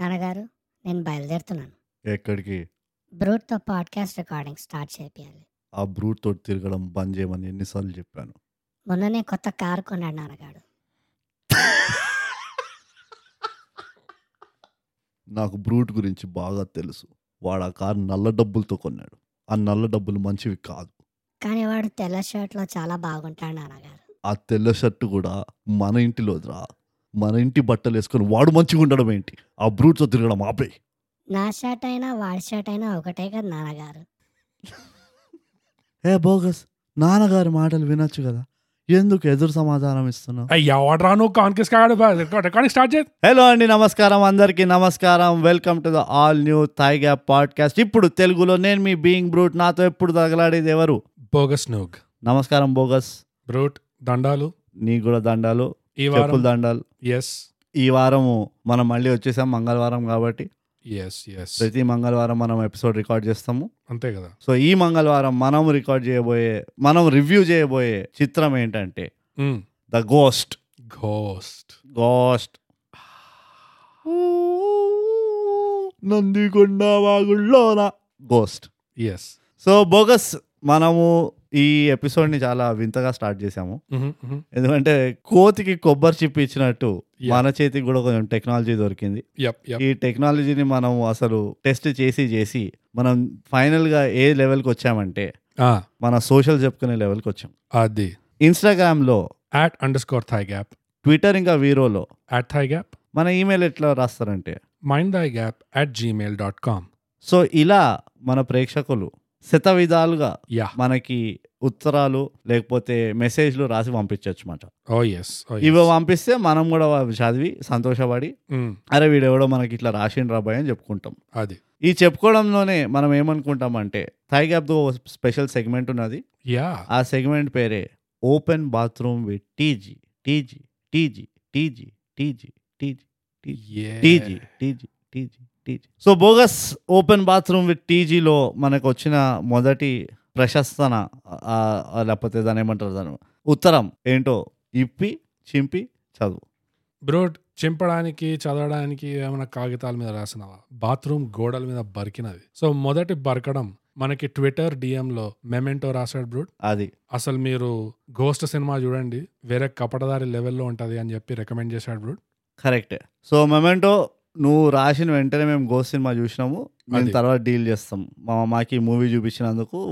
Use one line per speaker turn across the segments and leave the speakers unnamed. నాన్నగారు నేను బయలుదేరుతున్నాను.
ఎక్కడికి?
బ్రూట్‌తో పాడ్‌కాస్ట్ రికార్డింగ్ స్టార్ట్ చేపియాలి.
ఆ బ్రూట్ తోటి తిరగడం బంద్ చేయమని ఎన్ని సార్లు చెప్పాను?
మొన్ననే కొత్త కారు కొన్నాడు నాన్నగాడు.
నాకు బ్రూట్ గురించి బాగా తెలుసు. వాడు ఆ కారు నల్ల డబ్బులతో కొన్నాడు. ఆ నల్ల డబ్బులు మంచివి కాదు.
కానీ వాడు తెల్ల షర్ట్‌లో చాలా బాగుంటాడు నాన్నగారు.
ఆ తెల్ల షర్ట్ కూడా మన ఇంటిలోదిరా. మన ఇంటి బట్టలు వేసుకొని వాడు మంచిగా ఉండడం ఏంటి? ఆ బ్రూట్‌తో తిరగడం ఆపేయ్.
నా షర్ట్ అయినా వాడి షర్ట్ అయినా ఒకటే కదా నాన్నగారు.
ఏ బోగస్ నాన్నగారి మాటలు వినొచ్చు కదా ఎందుకు ఎదురు సమాధానం ఇస్తున్నావు
అయ్యా వాడు రాను కాన్కెస్ కాడు రికార్డింగ్ స్టార్ట్ చేయి
హలో అండి నమస్కారం అందరికీ నమస్కారం welcome to the all new Thai gap podcast ఇప్పుడు తెలుగులో నేను మీ బీయింగ్ బ్రూట్ నాతో ఎప్పుడు తగలాడేది ఎవరు
బోగస్ నోగ్
నమస్కారం బోగస్
బ్రూట్ దండాలు
నీకు కూడా దండాలు
ఈ వారం
చెప్పులు దండాలు
ఎస్
ఈ వారము మనం మళ్ళీ వచ్చేసాం మంగళవారం కాబట్టి
ఎస్ ఎస్
ప్రతి మంగళవారం మనం ఎపిసోడ్ రికార్డ్ చేస్తాము
అంతే కదా
సో ఈ మంగళవారం మనం రికార్డ్ చేయబోయే మనం రివ్యూ చేయబోయే చిత్రం ఏంటంటే
Hmm.
The ghost
ghost
ghost Nandikonda వాగుల్లోన గోస్ట్
ఎస్
సో బోగస్ మనము ఈ ఎపిసోడ్ని చాలా వింతగా స్టార్ట్ చేసాము
Mm-hmm,
ఎందుకంటే కోతికి కొబ్బరి చిప్పి ఇచ్చినట్టు
Yeah.
మన చేతికి కూడా కొంచెం టెక్నాలజీ దొరికింది
యప్ యప్
ఈ టెక్నాలజీని మనం అసలు టెస్ట్ చేసి చేసి మనం ఫైనల్గా ఏ లెవెల్కి వచ్చామంటే
Ah,
మన సోషల్ చెప్పుకునే లెవెల్కి వచ్చాం
అది
ఇన్స్టాగ్రామ్లో
at underscore thigh gap
Twitter ఇంకా వీరోలో
యాట్ థై గ్యాప్
మన ఈమెయిల్ ఎట్లా రాస్తారంటే
mind thigh gap at Gmail dot com
so ఇలా మన ప్రేక్షకులు శత విధాలుగా
యా
మనకి ఉత్తరాలు లేకపోతే మెసేజ్లు రాసి పంపించవచ్చు మాట
ఓ ఎస్
ఇవి పంపిస్తే మనం కూడా అవి చదివి సంతోషపడి
Hmm.
అరే వీడెవడో మనకి ఇట్లా రాసిండ్రా భయ్ అని చెప్పుకుంటాం
అది
ఈ చెప్పుకోవడంలోనే మనం ఏమనుకుంటామంటే థై గ్యాప్తో స్పెషల్ సెగ్మెంట్ ఉన్నది
యా
ఆ సెగ్మెంట్ పేరే open bathroom with TG TG TG TG TG TG TG TG TG TG so bogus open bathroom with టీజీలో మనకు వచ్చిన మొదటి ప్రశస్తన ఆ, ఆ, లేకపోతే దాని ఏమంటారు దాని ఉత్తరం ఏంటో ఇప్పి చింపి చదువు
బ్రోడ్ చింపడానికి చదవడానికి ఏమైనా కాగితాల మీద రాసినవా బాత్రూమ్ గోడల మీద బరికినది సో మొదటి బరకడం మనకి ట్విట్టర్ లో మెమెంటో రాశాడు బ్రోడ్
అది
అసలు మీరు గోస్ట్ సినిమా చూడండి వేరే కపటదారి లెవెల్లో ఉంటది అని చెప్పి రికమెండ్ చేశాడు బ్రూట్
కరెక్ట్ సో మొమెంటో నువ్వు రాసిన వెంటనే మేము గో సినిమా చూసినాము మేము
అది.
తర్వాత డీల్ చేస్తాం మా మాకి మూవీ చూపించినందుకు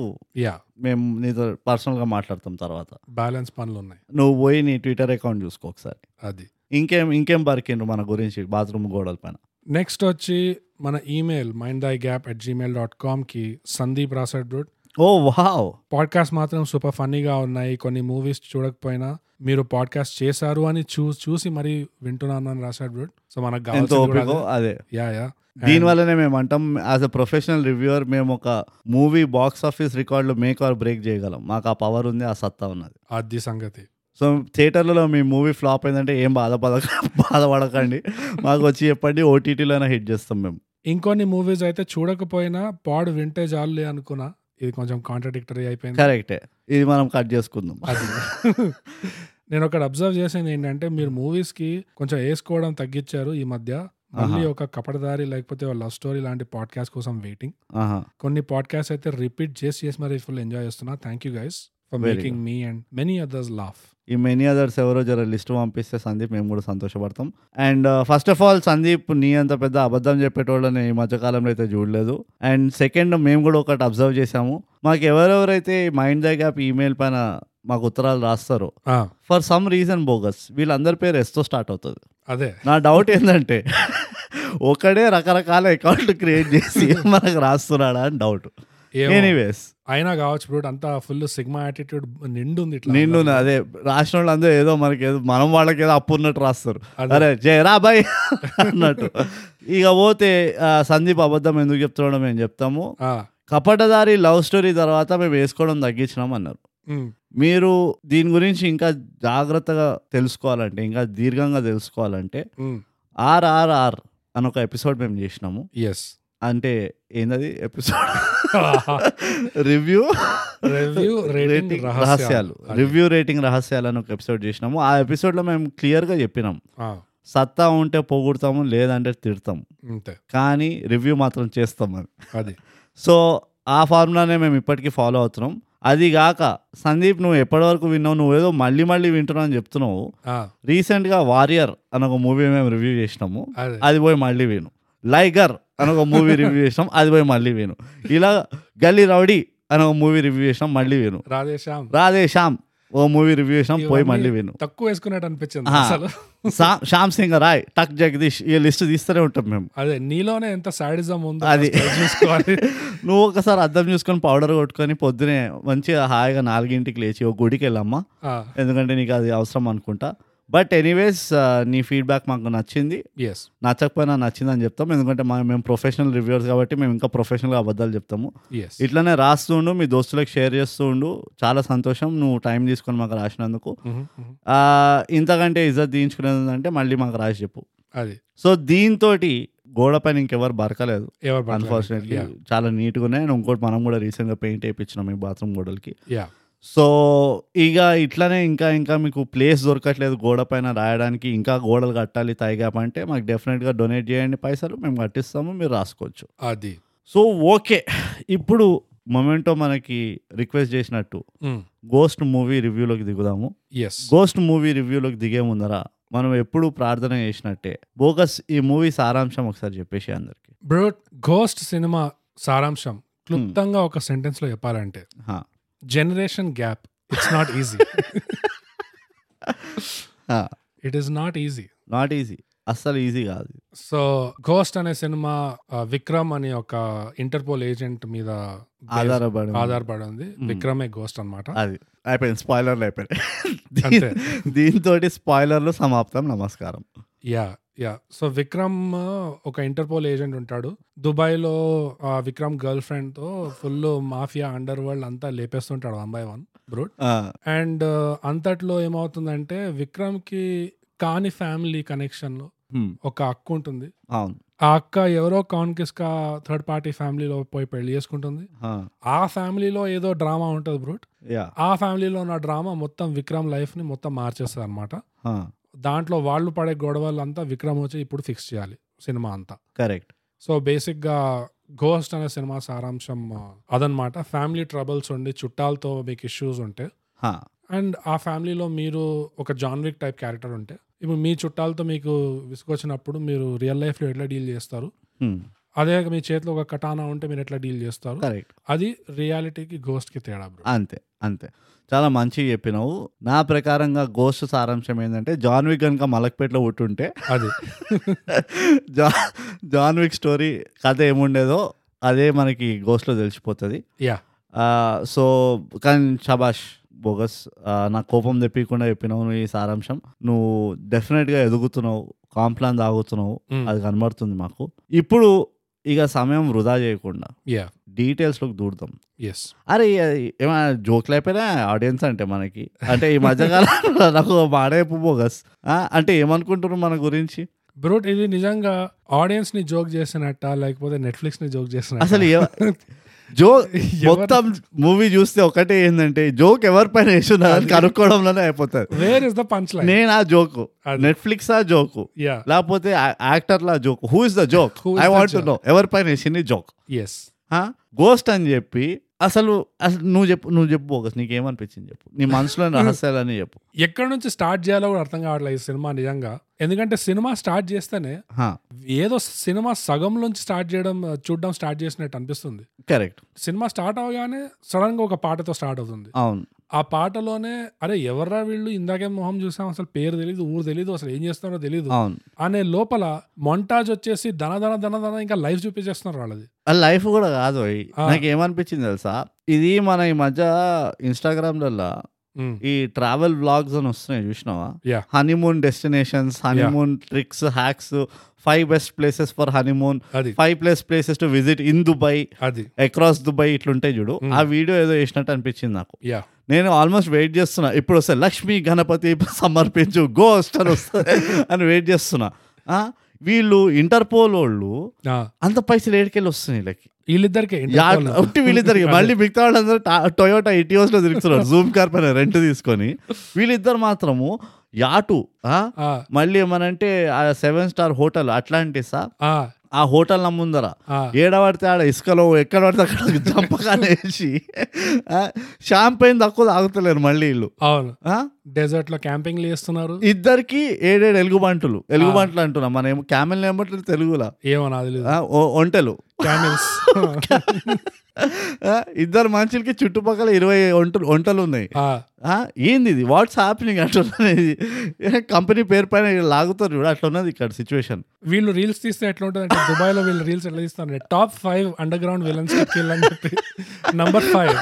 యా
మేము నీతో పర్సనల్గా మాట్లాడతాం తర్వాత
బ్యాలెన్స్ పనులు ఉన్నాయి
నువ్వు పోయి నీ ట్విట్టర్ అకౌంట్ చూసుకో ఒకసారి
అది
ఇంకేం ఇంకేం బరికిండ్రు మన గురించి బాత్రూమ్ గోడల పైన
నెక్స్ట్ వచ్చి మన email mind I gap at Gmail dot com కి సందీప్ రాశాడు బ్రూట్
ఓ వావ్
పాడ్కాస్ట్ మాత్రం సూపర్ ఫన్నీగా ఉన్నాయి కొన్ని మూవీస్ చూడకపోయినా మీరు పాడ్కాస్ట్ చేశారు అని చూ చూసి మరీ వింటున్నాను అని రాశాడు బ్రూట్ సో మనకు
ఎంతో
కావాల్సింది కూడా
ఓపికో
అదే.
అదే
యా యా
దీని వల్లనే మేము అంటాం యాజ్ అ ప్రొఫెషనల్ రివ్యూవర్ మేము ఒక మూవీ బాక్స్ ఆఫీస్ రికార్డులు మేక్ ఆర్ బ్రేక్ చేయగలం మాకు ఆ పవర్ ఉంది ఆ సత్తా ఉన్నది
అది సంగతి
సో థియేటర్లలో మీ మూవీ ఫ్లాప్ అయిందంటే ఏం బాధపడక బాధపడకండి మాకు వచ్చి చెప్పండి ఓటీటీలోనే హిట్ చేస్తాం మేము
ఇంకొన్ని మూవీస్ అయితే చూడకపోయినా పాడు వింటే జాలులే అనుకున్నా ఇది కొంచెం కాంట్రడిక్టరీ అయిపోయింది
కరెక్టే ఇది మనం కట్ చేసుకుందాం
అది నేను ఒకటి అబ్జర్వ్ చేసింది ఏంటంటే మీరు మూవీస్ కి కొంచెం వేసుకోవడం తగ్గించారు ఈ మధ్య మళ్ళీ ఒక కపటదారి లేకపోతే లవ్ స్టోరీ లాంటి పాడ్కాస్ట్ కోసం వెయిటింగ్
ఆహా.
కొన్ని పాడ్కాస్ట్ అయితే రిపీట్ చేసి చేసి మరి ఫుల్ ఎంజాయ్ చేస్తున్నా thank you guys for
Very
making me and many others laugh
ఈ మెనీ అదర్స్ ఎవరో జర లిస్ట్ పంపిస్తే సందీప్ మేము కూడా సంతోషపడతాం uh, and first of all Sandeep నీ అంత పెద్ద అబద్ధం చెప్పేటోళ్ళని ఈ మధ్యకాలంలో అయితే చూడలేదు అండ్ సెకండ్ మేము కూడా ఒకటి అబ్జర్వ్ చేసాము మాకు ఎవరెవరైతే మైండ్ ద గ్యాప్ ఈమెయిల్ పైన మాకు ఉత్తరాలు రాస్తారో ఫర్ సమ్ రీజన్ బోగస్ వీళ్ళందరి పేరు ఎస్తో స్టార్ట్ అవుతుంది
అదే
నా డౌట్ ఏంటంటే ఒకడే రకరకాల అకౌంట్ క్రియేట్ చేసి మనకు రాస్తున్నాడా అని డౌట్
ఏమో.
ఎనీవేస్
అయినా కావచ్చు బ్రూట్ అంతా ఫుల్ సిగ్మా యాటిట్యూడ్ నిండు ఉంది ఇట్లా
నిన్ను అదే రాసిన వాళ్ళు అందరూ ఏదో మనకి ఏదో మనం వాళ్ళకి ఏదో అప్పు ఉన్నట్టు రాస్తారు
అదే.
అరే జయరా బాయ్ అన్నట్టు ఇక పోతే ఆ, సందీప్ అబద్ధం ఎందుకు చెప్తున్నాడో మేము చెప్తాము
ఆ,
కపటదారి లవ్ స్టోరీ తర్వాత మేము వేసుకోవడం తగ్గించినాం అన్నారు
ఉమ్,
మీరు దీని గురించి ఇంకా జాగ్రత్తగా తెలుసుకోవాలంటే ఇంకా దీర్ఘంగా తెలుసుకోవాలంటే
ఉమ్,
ఆర్ఆర్ఆర్ అని ఒక ఎపిసోడ్ మేము చేసినాము
ఎస్
అంటే ఏందది ఎపిసోడ్ రివ్యూ
Review, rating, రహస్యాలు.
రహస్యాలు రివ్యూ రేటింగ్ రహస్యాలు అని ఒక ఎపిసోడ్ చేసినాము ఆ ఎపిసోడ్లో మేము క్లియర్గా చెప్పినాం
ఆ,
సత్తా ఉంటే పోగొడతాము లేదంటే తిడతాము
అంతే
కానీ రివ్యూ మాత్రం చేస్తాం అది
అది
సో ఆ ఫార్ములానే మేము ఇప్పటికీ ఫాలో అవుతున్నాం అది కాక సందీప్ నువ్వు ఎప్పటి వరకు విన్నావు నువ్వు ఏదో మళ్ళీ మళ్ళీ వింటున్నావు అని చెప్తున్నావు
ఆ,
రీసెంట్గా వారియర్ అని ఒక మూవీ మేము రివ్యూ చేసినాము
అదే
అది పోయి మళ్ళీ విను లైగర్ అని ఒక మూవీ రివ్యూ చేసినాం అది పోయి మళ్ళీ విను ఇలా గల్లీ రౌడీ అని ఒక మూవీ రివ్యూ చేసినాం మళ్ళీ విను
రాధేశ్యామ్
రాధే శ్యామ్ ఓ మూవీ రివ్యూ చేసినాం పోయి
ఇవన్నీ
మళ్ళీ విను
తక్కువ వేసుకున్నట్టు అనిపించింది
ఆహా.
అసలు
శా- శ్యామ్ సింగ్ రాయ్ టక్ జగదీష్ ఈ లిస్ట్ తీస్తూనే ఉంటాం మేము
అదే నీలోనే ఎంత సాడిజం ఉందో
అది.
ఒకసారి చూసుకోవాలి
నువ్వు ఒకసారి అద్దం చూసుకొని పౌడర్ కొట్టుకొని పొద్దునే మంచిగా హాయిగా నాలుగింటికి లేచి ఒక గుడికి వెళ్ళమ్మా ఎందుకంటే నీకు అది అవసరం అనుకుంటా బట్ ఎనీవేస్ నీ ఫీడ్బ్యాక్ మాకు నచ్చింది
ఎస్
నచ్చకపోయినా నచ్చిందని చెప్తాం ఎందుకంటే మా మేము ప్రొఫెషనల్ రివ్యూర్స్ కాబట్టి మేము ఇంకా ప్రొఫెషనల్గా అబద్ధాలు చెప్తాము
ఎస్
ఇట్లనే రాస్తూ ఉండు మీ దోస్తులకు షేర్ చేస్తూ ఉండు చాలా సంతోషం నువ్వు టైం తీసుకొని మాకు రాసినందుకు ఆ, ఇంతకంటే ఇజ్జత్ దించుకునేది అంటే మళ్ళీ మాకు రాసి చెప్పు
అది
సో దీంతో గోడ పైన ఇంకెవరు బరకలేదు
ఎవరు పట్ల-
అన్ఫార్చునేట్లీ
Yeah,
చాలా నీట్గా ఉన్నాయి అండ్ ఇంకోటి మనం కూడా రీసెంట్గా పెయింట్ వేయించినాం ఈ బాత్రూమ్ గోడలకి
yeah.
సో ఇక ఇట్లానే ఇంకా ఇంకా మీకు ప్లేస్ దొరకట్లేదు గోడ పైన రాయడానికి ఇంకా గోడలు కట్టాలి తైగాప్ అంటే మాకు డెఫినెట్గా డొనేట్ చేయండి పైసలు మేము కట్టిస్తాము మీరు రాసుకోవచ్చు
అది
సో ఓకే ఇప్పుడు మొమెంటో మనకి రిక్వెస్ట్ చేసినట్టు గోస్ట్ మూవీ రివ్యూలోకి దిగుదాము
ఎస్
గోస్ట్ మూవీ రివ్యూలోకి దిగే ముందర మనం ఎప్పుడు ప్రార్థన చేసినట్టే బోకస్ ఈ మూవీ సారాంశం ఒకసారి చెప్పేసి అందరికి
బ్రో గోస్ట్ సినిమా సారాంశం క్లుప్తంగా ఒక సెంటెన్స్ లో చెప్పాలంటే
Hmm. హా.
Generation gap it's not easy it is not easy
not easy అస్సలు ఈజీ కాదు
సో గోస్ట్ అనే సినిమా ఆ, విక్రమ్ అనే ఒక ఇంటర్పోల్ ఏజెంట్ మీద based-
ఆధారపడి
ఆధారపడి ఉంది
Hmm.
విక్రమే గోస్ట్ అనమాట
అది అయిపోయింది స్పాయిలర్లు అయిపోయాయి
అంతే.
దీన్- దీంతో స్పాయిలర్లు సమాప్తం నమస్కారం
యా యా సో విక్రమ్ ఆ, ఒక ఇంటర్పోల్ ఏజెంట్ ఉంటాడు దుబాయ్ లో ఆ, విక్రమ్ గర్ల్ ఫ్రెండ్ తో ఫుల్ మాఫియా అండర్ వరల్డ్ అంతా లేపేస్తుంటాడు వన్ బై వన్ బ్రూట్
ఆ,
అండ్ అంతట్లో ఏమవుతుందంటే విక్రమ్ కి కాని ఫ్యామిలీ కనెక్షన్ లో
హ్మ్,
ఒక అక్క ఉంటుంది
అవును
ఆ అక్క ఎవరో కాన్కిస్ కా థర్డ్ పార్టీ ఫ్యామిలీలో పోయి పెళ్లి చేసుకుంటుంది
ఆ,
ఆ ఫ్యామిలీలో ఏదో డ్రామా ఉంటుంది బ్రూట్
యా
ఆ ఫ్యామిలీలో ఉన్న డ్రామా మొత్తం విక్రమ్ లైఫ్ ని మొత్తం మార్చేస్తుంది అనమాట
ఆ,
దాంట్లో వాళ్ళు పడే గొడవలు అంతా విక్రమ్ వచ్చి ఇప్పుడు ఫిక్స్ చేయాలి సినిమా అంతా
కరెక్ట్
సో బేసిక్ గా గోస్ట్ అనే సినిమా సారాంశం ఆ, అదనమాట ఫ్యామిలీ ట్రబుల్స్ ఉండి చుట్టాలతో మీకు ఇష్యూస్ ఉంటే
హా,
అండ్ ఆ ఫ్యామిలీలో మీరు ఒక జాన్ విక్ టైప్ క్యారెక్టర్ ఉంటే ఇప్పుడు మీ చుట్టాలతో మీకు విసుకొచ్చినప్పుడు మీరు రియల్ లైఫ్లో ఎట్లా డీల్ చేస్తారు
హ్మ్,
అదే మీ చేతిలో ఒక కటానా ఉంటే మీరు ఎట్లా డీల్ చేస్తారు
కరెక్ట్
అది రియాలిటీకి గోస్ట్కి తేడా బ్రో
అంతే అంతే చాలా మంచిగా చెప్పినావు నా ప్రకారంగా గోస్ట్ సారాంశం ఏంటంటే జాన్ విక్ కనుక మలక్పేటలో పుట్టుంటే
అది
జా జాన్ విక్ స్టోరీ కథ ఏముండేదో అదే మనకి గోస్ట్లో తెలిసిపోతుంది
యా
ఆ, సో కానీ షబాష్ బోగస్ ఆ, నాకు కోపం తెప్పకుండా చెప్పినావు నువ్వు ఈ సారాంశం నువ్వు డెఫినెట్గా ఎదుగుతున్నావు కాంప్లాన్ తాగుతున్నావు
Mm.
అది కనబడుతుంది మాకు ఇప్పుడు ఇక సమయం వృధా చేయకుండా
యా
డీటెయిల్స్లోకి దూడతాం
ఎస్
అరే అది ఏమైనా జోక్లు అయిపోయినా ఆడియన్స్ అంటే మనకి అంటే ఈ మధ్యకాలంలో నాకు మాడేపు బోగస్ ఆ, అంటే ఏమనుకుంటున్నారు మన గురించి
బ్రోట్ ఇది నిజంగా ఆడియన్స్ ని జోక్ చేసినట్ట లేకపోతే నెట్ఫ్లిక్స్ ని జోక్ చేసినట్ట
అసలు ఎవ- జో మొత్తం మూవీ చూస్తే ఒకటే ఏంటంటే జోక్ ఎవరిపైన వేస్తున్నారు అని కనుక్కోవడంలోనే అయిపోతుంది
where is the punch line
నేను ఆ జోకు
అది.
నెట్ఫ్లిక్స్ ఆ జోకు
యా
లేకపోతే యాక్టర్ల joke who is the joke
Who is
I
the
want
joke?
No ఎవరిపైన వేసింది జోక్
ఎస్
గోస్ట్ అని చెప్పి అసలు అసలు నువ్వు చెప్పు నువ్వు చెప్పు ఒక నీకేమనిపించింది చెప్పు నీ మనసులోని రహస్యాలని చెప్పు
ఎక్కడ నుంచి స్టార్ట్ చేయాలో కూడా అర్థం కావట్లేదు ఈ సినిమా నిజంగా ఎందుకంటే సినిమా స్టార్ట్ చేస్తేనే ఏదో సినిమా సగం నుంచి స్టార్ట్ చేయడం చూడడం స్టార్ట్ చేసినట్టు అనిపిస్తుంది
కరెక్ట్
సినిమా స్టార్ట్ అవగానే సడన్ గా ఒక పాటతో స్టార్ట్ అవుతుంది
అవును
ఆ పాటలోనే అరే ఎవర్రా వీళ్ళు ఇందాకే మొహం చూసాం అసలు పేరు తెలియదు ఊరు తెలియదు అసలు ఏం చేస్తున్నారో తెలియదు
అవును
అనే లోపల మొంటాజ్ వచ్చేసి ధన ధన ధన ధన ఇంకా లైఫ్ చూపించేస్తున్నారు వాళ్ళది
ఆ లైఫ్ కూడా కాదు అయి.
ఆ.
నాకు ఏమనిపించింది తెలుసా ఇది మన ఈ మధ్య ఇన్స్టాగ్రామ్లలో ఈ ట్రావెల్ బ్లాగ్స్ అని వస్తున్నాయి చూసినావా
Yeah.
Honeymoon destinations honeymoon tricks hacks five best places for honeymoon
అది
five place places to visit in Dubai
అది
అక్రాస్ దుబాయ్ ఇట్లుంటాయి చూడు
Hmm.
ఆ వీడియో ఏదో వేసినట్టు అనిపించింది నాకు
యా
నేను ఆల్మోస్ట్ వెయిట్ చేస్తున్నా ఇప్పుడు వస్తే లక్ష్మి గణపతి సమర్పించు గోస్ట్ అని వస్తుంది అని వెయిట్ చేస్తున్నా ఆ, వీళ్ళు ఇంటర్పోల్ వాళ్ళు అంత పైసలు ఏడుకెళ్ళి వస్తున్నాయి వీళ్ళకి
వీళ్ళిద్దరికి
యాడ్ ఉట్టి వీళ్ళిద్దరికి మళ్ళీ మిగతా వాళ్ళందరూ టా- టొయోటా ఇటియోస్ లో తిరుగుతున్నారు జూమ్ కార్ పైన రెంట్ తీసుకొని వీళ్ళిద్దరు మాత్రము యాటు ఆ?
ఆ,
మళ్ళీ ఏమనంటే ఆ సెవెన్ స్టార్ హోటల్ అట్లాంటిసా
ఆ,
ఆ హోటల్ నా ముందర
ఆ,
ఏడ పడితే ఆడ ఇసుకలో ఎక్కడ పడితే అక్కడ జంపకాలు వేసి షాంపైన్ తక్కువ తాగుతలేరు మళ్ళీ వీళ్ళు
అవును
ఆ?
డెజర్ట్ లో క్యాంపింగ్లు చేస్తున్నారు
ఇద్దరికి ఏడేడు ఎలుగుబంటులు ఎలుగుబంట్లు అంటున్నాం మనం ఏమో క్యామెల్ ఏమంటారు తెలుగులా
ఏమో నాది లేదు
ఆ, ఒ- ఒంటెలు
క్యామిల్స్
ఆ, ఇద్దరు మనుషులకి చుట్టుపక్కల ఇరవై ఒంటలు ఒంటలు ఉన్నాయి
ఆ,
ఆ, ఏంది ఇది వాట్స్ హ్యాపెనింగ్ అంటున్నది కంపెనీ పేరు పైన ఇలా లాగుతారు చూడు అట్లా ఉన్నది ఇక్కడ సిచ్యువేషన్
వీళ్ళు రీల్స్ తీస్తే ఎట్లా ఉంటుంది అంటే దుబాయ్ లో వీళ్ళు రీల్స్ ఎట్లా తీస్తారు top five underground villains kill అని చెప్పి నంబర్ ఫైవ్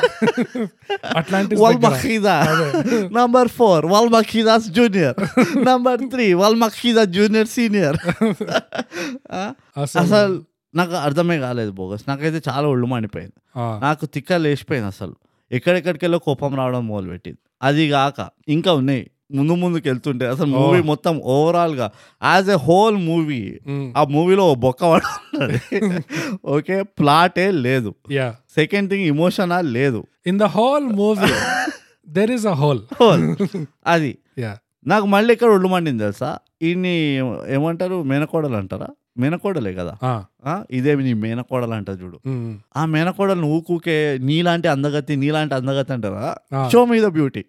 అట్లాంటి
వల్ మఖీదా నంబర్ ఫోర్ వల్ మఖీదాస్ జూనియర్ నంబర్ త్రీ వల్ మఖీదా జూనియర్ సీనియర్ అసలు నాకు అర్థమే కాలేదు బోగస్ నాకైతే చాలా ఒళ్ళు మండిపోయింది నాకు తిక్క లేచిపోయింది అసలు ఎక్కడెక్కడికెళ్ళో కోపం రావడం మొదలుపెట్టింది అది కాక ఇంకా ఉన్నాయి ముందు ముందుకు వెళ్తుంటే అసలు మూవీ మొత్తం ఓవరాల్ గా యాజ్ ఎ హోల్ మూవీ ఆ మూవీలో ఓ బొక్క పడుతుంది ఓకే ప్లాటే లేదు
యా
సెకండ్ థింగ్ ఇమోషనా లేదు
in the whole movie there is a hole
hole అది
యా
నాకు మళ్ళీ ఇక్కడ ఒళ్ళు మండింది తెలుసా ఇన్ని ఏమంటారు మేనకోడలు అంటారా మేనకోడలే కదా ఆ, ఇదేమి నీ మేనకోడలు అంటారు చూడు ఆ మేనకోడలు నువ్వు కూకే నీలాంటి అందగతి నీలాంటి అందగతి అంటారా
ఆ.
షో మీద బ్యూటీ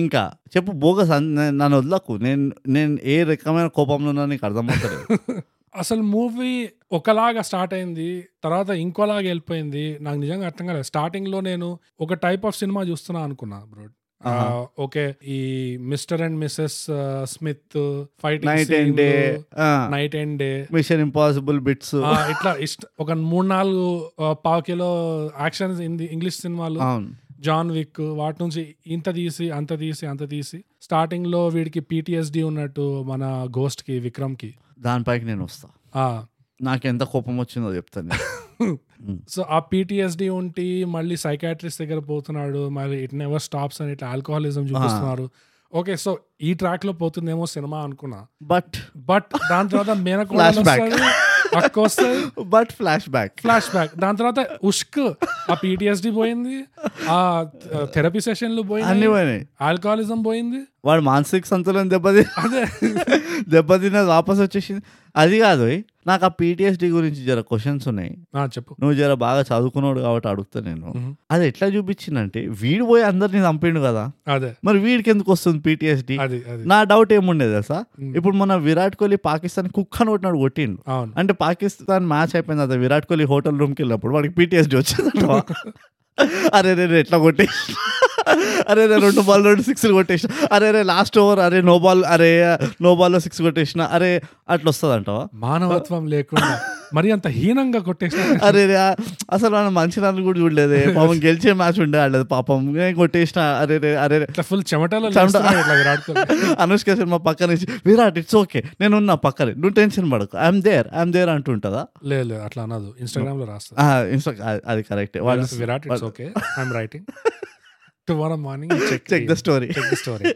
ఇంకా చెప్పు బోగస్ అన్- నే- నన్ను వదలకు నేను నేను ఏ రకమైన కోపంలో ఉన్నా నీకు అర్థమవుతలేదు
అసలు మూవీ ఒకలాగా స్టార్ట్ అయింది తర్వాత ఇంకోలాగా వెళ్ళిపోయింది నాకు నిజంగా అర్థం కాలేదు స్టార్టింగ్ లో నేను ఒక టైప్ ఆఫ్ సినిమా చూస్తున్నా అనుకున్నా బ్రో
ఆహా.
ఓకే ఈ mister and missus Smith
night and
fighting
day
night and day
machine impossible bits
ఇట్లా ఇష్ట ఒక మూడు నాలుగు ఆ, పావు కిలో యాక్షన్ ఇంగ్లీష్ సినిమాలు
అవును
జాన్ విక్ వాటి నుంచి ఇంత తీసి అంత తీసి అంత తీసి స్టార్టింగ్ లో వీడికి పిటిఎస్డి ఉన్నట్టు మన గోస్ట్ కి విక్రమ్ కి
దానిపైకి నేను వస్తా నాకు ఎంత కోపం వచ్చిందో చెప్తాను నేను.
సో ఆ పిటిఎస్డి ఉంటి మళ్ళీ సైకాట్రిస్ట్ దగ్గర పోతున్నాడు మళ్ళీ ఇట్ నెవర్ స్టాప్స్ అని ఇట్లా ఆల్కహాలిజం చూపిస్తున్నారు ఓకే సో ఈ ట్రాక్ లో పోతుందేమో సినిమా అనుకున్నా
బట్
బట్ దాని తర్వాత
Flash back.
మేనకు వస్తుంది
but flashback
flashback దాని తర్వాత ఉష్క్ ఆ పిటిఎస్డి పోయింది ఆ థెరపీ సెషన్లు
అన్ని
పోయింది
పోయినాయి
ఆల్కహాలిజం పోయింది
వాడు మానసిక సంతులనం దెబ్బతి
అదే
దెబ్బతిన్నది వాపస్ వచ్చేసింది అది కాదు ఓయ్. నాకు ఆ పీటీఎస్డి గురించి జర క్వశ్చన్స్ ఉన్నాయి
ఆ, చెప్పు
నువ్వు జర బాగా చదువుకున్నాడు కాబట్టి అడుగుతా నేను
మ్మ్.
అది ఎట్లా చూపించిందంటే వీడు పోయి అందరినీ చంపిండు కదా
అదే
మరి వీడికి ఎందుకు వస్తుంది పీటీఎస్డి
అది అది
నా డౌట్ ఏముండేదా సార్
మ్మ్.
ఇప్పుడు మన విరాట్ కోహ్లీ పాకిస్తాన్ కుక్కను కొట్టినాడు కొట్టిండు
అవును
అంటే పాకిస్తాన్ మ్యాచ్ అయిపోయిన తర్వాత విరాట్ కోహ్లీ హోటల్ రూమ్కి వెళ్ళినప్పుడు వాడికి పీటీఎస్డి వచ్చిందంట అరే రే రే ఎట్లా కొట్టేసి అరే రే రెండు బాల్ రెండు సిక్స్లు కొట్టేసిన అరే రే లాస్ట్ ఓవర్ అరే నో బాల్ అరే నో బాల్లో సిక్స్ కొట్టేసిన అరే అట్లా వస్తుందంటావా
మానవత్వం లేకుండా మరి అంత హీనంగా కొట్టేసిన
అరే రే అసలు మనం మంచి నన్ను కూడా చూడలేదే పాపం గెలిచే మ్యాచ్ ఉండే ఆడలేదు పాపం నేను కొట్టేసిన అరే రే అరే రే
ఇట్లా ఫుల్ చెమటలో
చెమట.
లేస్తున్నాడు ఇట్లా విరాట్ కోహ్లీ
అనుష్క శర్మ పక్కన నుంచి విరాట్ ఇట్స్ ఓకే నేను ఉన్నా పక్కనే నువ్వు టెన్షన్ పడకు ఐఎమ్ దేర్ ఐఎమ్ దేర్ అంటుంటుందా
లేదు లేదు అట్లా అనదు ఇన్స్టాగ్రామ్ లో రాస్తా
ఇన్స్టా అది కరెక్టే వాళ్ళు
Virat it's okay I'm writing tomorrow morning check
check the story
check the story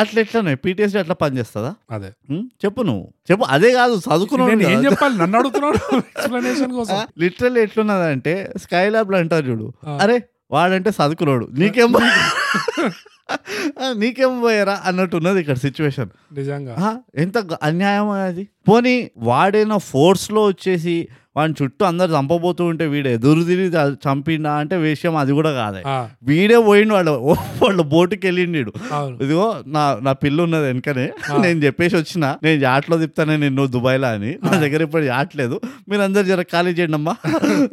అట్లా ఎట్లానే పీటీఎస్డీ అట్లా పనిచేస్తుందా
అదే
ఉం? చెప్పు నువ్వు చెప్పు అదే కాదు
నేను ఏం
చదువుకున్నావు
చెప్పాలి నన్ను అడుగుతున్నాడు ఎక్స్ప్లెనేషన్ కోసం
లిటరల్ ఎట్లున్నదంటే స్కై ల్యాబ్లు అంటారు చూడు
ఆ.
అరే వాడంటే చదువుకున్నాడు నీకేం భయం? ఆ, నీకేం పోయారా అన్నట్టు ఉన్నది ఇక్కడ సిచ్యువేషన్
నిజంగా
ఎంత గ- అన్యాయం అది పోనీ వాడైనా ఫోర్స్లో వచ్చేసి వాడిని చుట్టూ అందరు చంపబోతూ ఉంటే వీడు ఎదురు తిరిగి చ- చంపిండా అంటే విషయం అది కూడా కాదే
ఆ,
వీడే పోయిండు వాళ్ళ వాళ్ళ బోటుకి వెళ్ళిండు
అవును
ఇదిగో నా నా పిల్ల ఉన్నది వెనకనే నేను చెప్పేసి వచ్చిన నేను యాట్లో తిప్పుతానే నిన్ను దుబాయ్లో అని నా దగ్గర ఇప్పుడు యాట్ లేదు మీరందరూ జర ఖాళీ చేయండి అమ్మా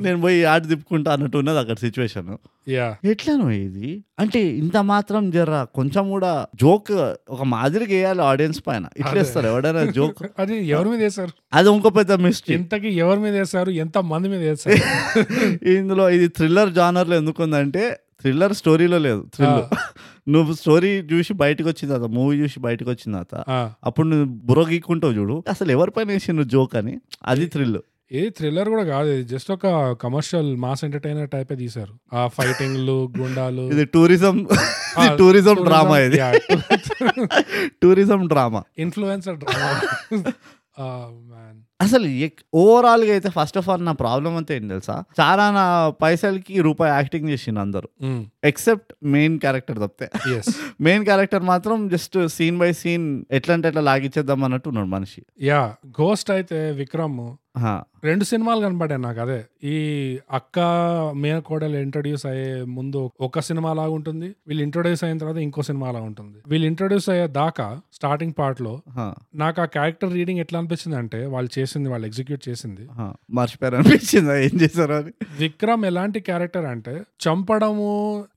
నేను పోయి యాట్ తిప్పుకుంటా అన్నట్టు ఉన్నది అక్కడ సిచ్యువేషన్
యా
ఎట్లానో ఇది అంటే ఇంత మాత్రం జర కొంచెం కూడా జోక్ ఒక మాదిరిగా వేయాలి ఆడియన్స్ పైన ఇట్లేస్తారు ఎవడైనా జోక్
అది ఎవరి మీద వేశారు
అది ఇంకో పెద్ద మిస్టేక్
ఇంతకి ఎవరి మీద వేశారు ఎంత మంది మీద వేశారు
ఇందులో ఇది థ్రిల్లర్ జానర్లో ఎందుకుందంటే థ్రిల్లర్ స్టోరీలో లేదు థ్రిల్
ఆ.
నువ్వు స్టోరీ చూసి బయటకు వచ్చిన తర్వాత మూవీ చూసి బయటకు వచ్చిన తర్వాత
ఆ,
అప్పుడు నువ్వు బుర్రగీక్కుంటావు చూడు అసలు ఎవరిపైన వేసిండు జోక్ అని అది థ్రిల్
ఇది థ్రిల్లర్ కూడా కాదు ఇది జస్ట్ ఒక కమర్షియల్ మాస్ ఎంటర్టైనర్ టైపే తీశారు ఆ ఫైటింగ్లు గుండాలు
ఇది టూరిజం ఇది టూరిజం డ్రామా ఇది tourism drama
influencer drama man
అసలు ఓవరాల్ గా అయితే ఫస్ట్ ఆఫ్ ఆల్ నా ప్రాబ్లం అంతా ఏం తెలుసా చాలా నా పైసలకి రూపాయి యాక్టింగ్ చేసిండు అందరూ
Mm.
ఎక్సెప్ట్ మెయిన్ క్యారెక్టర్ తప్పితే
ఎస్
మెయిన్ క్యారెక్టర్ మాత్రం జస్ట్ సీన్ బై సీన్ ఎట్లంటే ఎట్లా లాగిచ్చేద్దాం అన్నట్టు ఉన్నాడు మనిషి
యా గోస్ట్ అయితే విక్రమ్
హా,
రెండు సినిమాలు కనపడాయి నాకు అదే ఈ అక్క మేనకోడలు ఇంట్రొడ్యూస్ అయ్యే ముందు ఒక సినిమా లాగా ఉంటుంది వీళ్ళు ఇంట్రొడ్యూస్ అయిన తర్వాత ఇంకో సినిమా లాగా ఉంటుంది వీళ్ళు ఇంట్రొడ్యూస్ అయ్యే దాకా స్టార్టింగ్ పార్ట్ లో
హా,
నాకు ఆ క్యారెక్టర్ రీడింగ్ ఎట్లా అనిపించింది అంటే వాళ్ళు చేసింది వాళ్ళు ఎగ్జిక్యూట్ చేసింది
హా. మర్చిపోయారు అనిపించిందా ఏం చేశారు అని
విక్రమ్ ఎలాంటి క్యారెక్టర్ అంటే చంపడము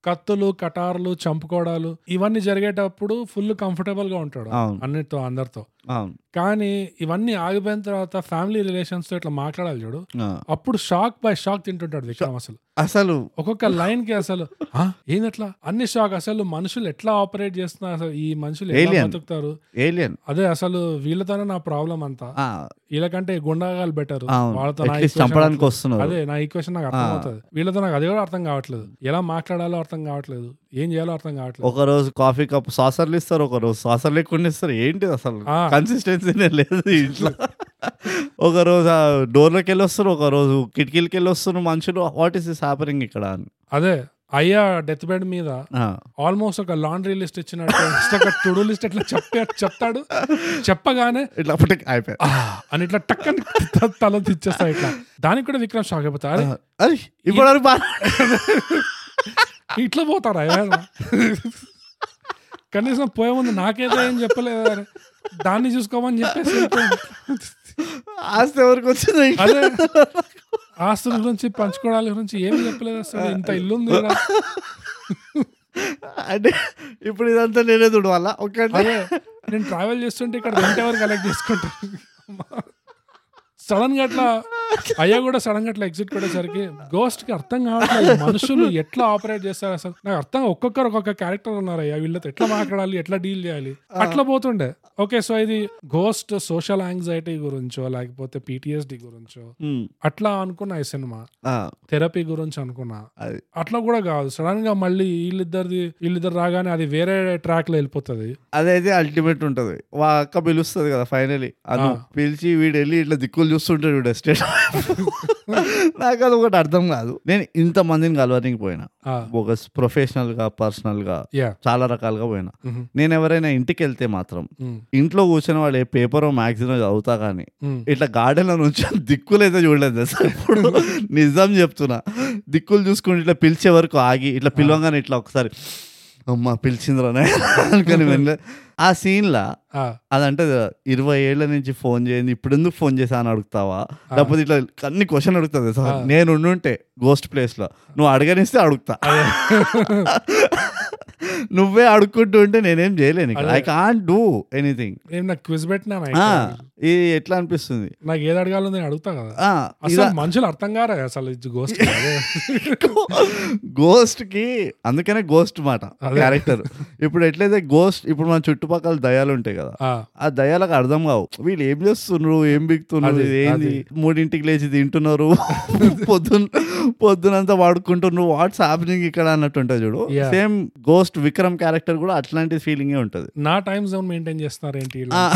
కత్తులు కటార్లు చంపుకోవడాలు ఇవన్నీ జరిగేటప్పుడు ఫుల్ కంఫర్టబుల్ గా ఉంటాడు
అవును.
అన్నిటితో అందరితో
అవును
కానీ ఇవన్నీ ఆగిపోయిన తర్వాత ఫ్యామిలీ రిలేషన్స్ తో ఇట్లా మాట్లాడాలి చూడు
ఆ.
అప్పుడు షాక్ బై షాక్ తింటుంటాడు విక్రమ్ అసలు
అసలు
ఒక్కొక్క లైన్ కి అసలు "ఆ, ఏందట్లా అన్ని షాక్ అసలు మనుషులు ఎట్లా ఆపరేట్ చేస్తున్నారు అసలు ఈ మనుషులు ఎలా
Alien.
బతుకుతారు
ఏలియన్
అదే అసలు వీళ్ళతోనే నా ప్రాబ్లం అంతా వీళ్ళకంటే గుండాగాలు బెటర్
అవును.
వాళ్ళతో నా
అట్లీస్ట్
equation
చంపడానికి వస్తున్నారు.
అదే నా ఈక్వేషన్ నాకు అర్థం
ఆ.
అవుతుంది వీళ్ళతో నాకు అది కూడా అర్థం కావట్లేదు ఎలా మాట్లాడాలో అర్థం కావట్లేదు ఏం చేయాలో అర్థం కావట్లేదు
ఒక రోజు కాఫీ కప్ సాసర్లు ఇస్తారు ఒక రోజు సాసర్ లేకుండా ఇస్తారు ఏంటిది అసలు
ఆ.
కన్సిస్టెన్సీనే లేదు ఇంట్లో ఒక రోజు ఆ డోర్లోకి వెళ్ళి వస్తారు ఒక రోజు కిటికీలకి వెళ్ళి వస్తున్నారు మనుషులు వాట్ ఇస్ ఇస్ హ్యాపరింగ్ ఇక్కడ అని
అదే అయ్యా డెత్ బెడ్ మీద
ఆ.
ఆల్మోస్ట్ ఒక లాండ్రీ లిస్ట్ ఇచ్చినట్టు just ఒక టుడు లిస్ట్ ఇట్లా చెప్పే చెప్తాడు చెప్పగానే
ఇట్లా అప్పటికి అయిపోయాయి
"ఆ" అని ఇట్లా టక్ అని త- తల తెచ్చేస్తా ఇట్లా దానికి కూడా విక్రమ్ షాక్ అయిపోతా అరే
అరే ఇప్పుడు వరకు బాగా
ఇట్లా పోతారా ఎవరైనా? కనీసం పోయే ముందు నాకేదో ఏం చెప్పలేదు అరే. దాన్ని చూసుకోమని చెప్పేసి వెళ్ళిపోయాడు.
ఆస్తి ఎవరికి వచ్చిందో ఇంకా.
అదే ఆస్తుల గురించి పంచుకోవడాల గురించి ఏమి చెప్పలేదు అసలు ఇంత ఇల్లు ఉంది ఈడ.
అంటే ఇప్పుడు ఇదంతా నేనే చూడవాలా ఒక్కటే
అదే నేను ట్రావెల్ చేస్తుంటే ఇక్కడ రెంట్ ఎవరు కలెక్ట్ చేసుకుంటారు సడన్ గా అట్లా అయ్యా కూడా సడన్ గా అట్లా ఎగ్జిట్ కొట్టేసరికి గోస్ట్ కి అర్థం కావట్లేదు మనుషులు ఎట్లా ఆపరేట్ చేస్తారు అసలు నాకు అర్థం ఒక్కొక్కరు ఒక్కొక్క క్యారెక్టర్ ఉన్నారు అయ్యా వీళ్ళతో ఎట్లా మాట్లాడాలి ఎట్లా డీల్ చేయాలి అట్లా పోతుండే ఓకే సో ఇది గోస్ట్ సోషల్ యాంగ్జైటీ గురించో లేకపోతే పిటిఎస్డి గురించో
ఉమ్,
అట్లా అనుకున్నా ఈ సినిమా
ఆ,
థెరపీ గురించి అనుకున్నా
అది.
అట్లా కూడా కాదు సడన్ గా మళ్ళీ వీళ్ళిద్దరిది వీళ్ళిద్దరు రాగానే అది వేరే ట్రాక్ లో వెళ్ళిపోతుంది
అదైతే అల్టిమేట్ ఉంటది వా అక్క పిలుస్తుంది కదా ఫైనలీ అను
ఆ.
పిలిచి వీడు వెళ్ళి ఇట్లా దిక్కులు చూస్తుంటాడు వీడు స్టేట్ నాకు అది ఒకటి అర్థం కాదు నేను ఇంతమందిని కలవడానికి పోయినా
ఆ,
ఒక ప్రొఫెషనల్గా పర్సనల్గా
యా
చాలా రకాలుగా పోయినా
మ్మ్.
నేను ఎవరైనా ఇంటికి వెళ్తే మాత్రం
మ్మ్.
ఇంట్లో కూర్చొని వాళ్ళు ఏ పేపరో మ్యాగజీనో చదువుతా కానీ
మ్మ్.
ఇట్లా గార్డెన్లో నుంచి దిక్కులైతే చూడలేదు తెలుసా ఇప్పుడు నిజం చెప్తున్నా దిక్కులు చూసుకుని ఇట్లా పిలిచే వరకు ఆగి ఇట్లా పిలవంగానే ఇట్లా ఒకసారి అమ్మ పిలిచిందిరానే అనుకుని వెళ్ళే ఆ సీన్లా
ఆ,
అదంటే ఇరవై ఏళ్ల నుంచి ఫోన్ చేయండి ఇప్పుడు ఎందుకు ఫోన్ చేసా అని అడుగుతావా లేకపోతే ఇట్లా అన్ని క్వశ్చన్ అడుగుతుంది సార్ నేను ఉండుంటే గోస్ట్ ప్లేస్లో నువ్వు అడగనిస్తే అడుగుతా నువ్వే అడుక్కుంటూ ఉంటే నేనేం చేయలేను ఐ కాంట్ డూ ఎనీథింగ్
ఏం నాకు క్విజ్ పెట్టినా నా
ఆ,
ఇక్కడ?
ఇది ఎట్లా అనిపిస్తుంది
నాకు ఏది అడగాలో నేను అడుగుతా కదా
ఆ,
అసలు
ఇదా-
మనుషులు అర్థం కారా అసలు ఇది గోస్ట్
గోస్ట్ కి అందుకనే గోస్ట్ మాట
అదే.
క్యారెక్టర్ ఇప్పుడు ఎట్లయితే గోస్ట్ ఇప్పుడు మన చుట్టుపక్కల దయాలు ఉంటాయి కదా ఆ దయాలకు అర్థం కావు వీళ్ళు ఏం చేస్తున్నారు ఏం బిగుతున్నారు
అదే,
ఇది ఏంది మూడింటికి లేచి తింటున్నారు పొద్దున పొద్దునంతా వాడుకుంటున్నారు వాట్స్ హ్యాపెనింగ్ ఇక్కడ అన్నట్టు ఉంటుంది చూడు
Yeah.
Same ghost Vikram character కూడా అట్లాంటి ఫీలింగే ఉంటుంది
నా టైం జోన్ మెయింటైన్ చేస్తున్నారు ఏంటి వీళ్ళు?
ఆ.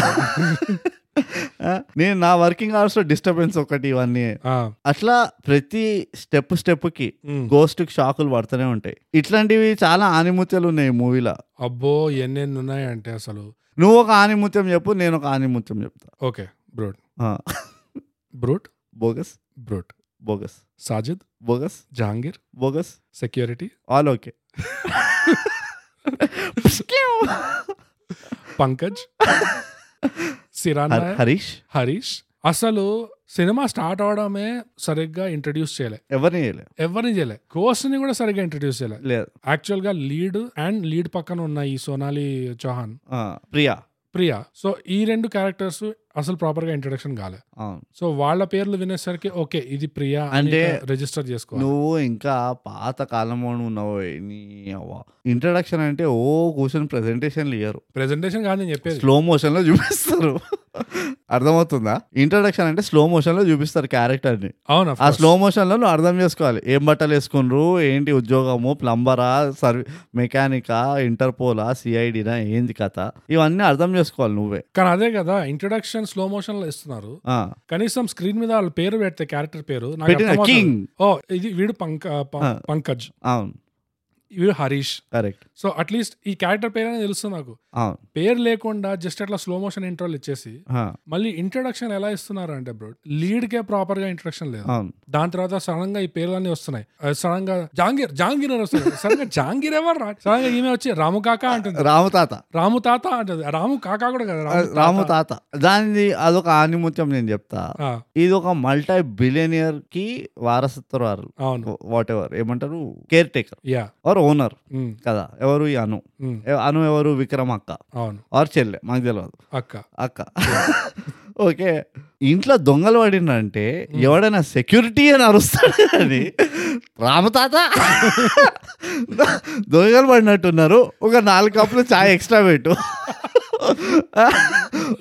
ఆ, నేను నా వర్కింగ్ అవర్స్ లో డిస్టర్బెన్స్ ఒకటి ఇవన్నీ
ఆ,
అట్లా ప్రతి స్టెప్ స్టెప్ కి
మ్మ్.
గోస్ట్ కి షాకులు పడుతూనే ఉంటాయి ఇట్లాంటివి చాలా ఆనిముత్యాలు ఉన్నాయి ఈ మూవీలో
అబ్బో ఎన్నెన్ని ఉన్నాయంటే అసలు
నువ్వు ఒక ఆనిముత్యం చెప్పు నేను ఒక ఆనిముత్యం చెప్తా
ఓకే బ్రూట్
ఆ,
brute
bogus
brute
bogus
Sajid
bogus
Jahangir
bogus
security
all okay
Pankaj సిరాన్
హర్- హరీష్
హరీష్ అసలు సినిమా స్టార్ట్ అవడమే సరిగ్గా ఇంట్రడ్యూస్ చేయలే
ఎవరిని చేయలే
ఎవరిని చేయలే కోస్ట్ ని కూడా సరిగ్గా ఇంట్రడ్యూస్ చేయలే
లేదు
యాక్చువల్ గా లీడ్ అండ్ లీడ్ పక్కన ఉన్న ఈ సోనాలి చౌహాన్
ఆ, ప్రియా
ప్రియా సో ఈ రెండు క్యారెక్టర్స్ అసలు ప్రాపర్ గా ఇంట్రడక్షన్ కాలే
అవును
సో వాళ్ళ పేర్లు వినేసరికి ఓకే ఇది ప్రియా అంటే
అంటే
రిజిస్టర్ చేసుకోవాలి
నువ్వు ఇంకా పాత కాలంలో ఉన్నావు నీ అవ్వ ఇంట్రడక్షన్ అంటే ఓ కూర్చొని ప్రెజెంటేషన్లు ఇయ్యరు
ప్రెజెంటేషన్ కాదు నేను చెప్పేది
స్లో మోషన్ లో చూపిస్తారు అర్థమవుతుందా ఇంట్రడక్షన్ అంటే స్లో మోషన్ లో చూపిస్తారు క్యారెక్టర్ ని
అవును of
ఆ
course.
స్లో మోషన్ లో నువ్వు అర్థం చేసుకోవాలి ఏం బట్టలు వేసుకున్నారు ఏంటి ఉద్యోగము ప్లంబరా సర్వీ మెకానికా ఇంటర్పోలా సిఐడినా ఏంది కథ ఇవన్నీ అర్థం చేసుకోవాలి నువ్వే
కానీ అదే కదా ఇంట్రడక్షన్ సెకండ్ స్లో మోషన్ లో ఇస్తున్నారు
ఆ,
కనీసం స్క్రీన్ మీద వాళ్ళ పేరు పెడితే క్యారెక్టర్ పేరు నాకు
పెట్టిన
అర్థమవుతుంది.
కింగ్
ఓ ఇది వీడు పంక ప-
ఆ.
పంకజ్
అవును
వీడు హరీష్
కరెక్ట్
సో అట్లీస్ట్ ఈ క్యారెక్టర్ పేరు అనేది తెలుస్తుంది నాకు
అవును
పేరు లేకుండా జస్ట్ అట్లా స్లో మోషన్ ఇంటర్వల్ ఇచ్చేసి
ఆ,
మళ్ళీ ఇంట్రడక్షన్ ఎలా ఇస్తున్నారు అంటే బ్రో లీడ్ కే ప్రాపర్ గా ఇంట్రడక్షన్ లేదు
అవును
దాని తర్వాత సడన్ గా ఈ పేర్లన్నీ వస్తున్నాయి ఆ, సడన్ గా జాంగీర్ జాంగీర్ అని వస్తుంది సడన్ గా జాంగీర్ ఎవర్రా సడన్ గా ఈమె వచ్చి రాము కాకా అంటుంది
రాము తాత
రాము తాత అంటది రాము కాకా కూడా కదా రాము తాత.
రాము తాత దానిది అదొక ఆనిముత్యం నేను చెప్తా
ఆ,
ఇది ఒక మల్టీ బిలియనియర్ కి వారసత్వారు
అవును
వాట్ ఎవర్ ఏమంటారు caretaker
yeah
or owner
ఉమ్,
కదా ఎవరు ఈ అను
ఉమ్,
ఎ- అను ఎవరు విక్రమ్ అక్క
అవును
ఆర్ చెల్లె మాకు తెలియదు
అక్క
అక్క ఓకే ఇంట్లో దొంగలు పడిందంటే ఎవడైనా సెక్యూరిటీ అని అరుస్తాడు అని రామతాత దొంగలు పడినట్టున్నారు ఒక నాలుగు కప్పులు చాయ్ ఎక్స్ట్రా పెట్టు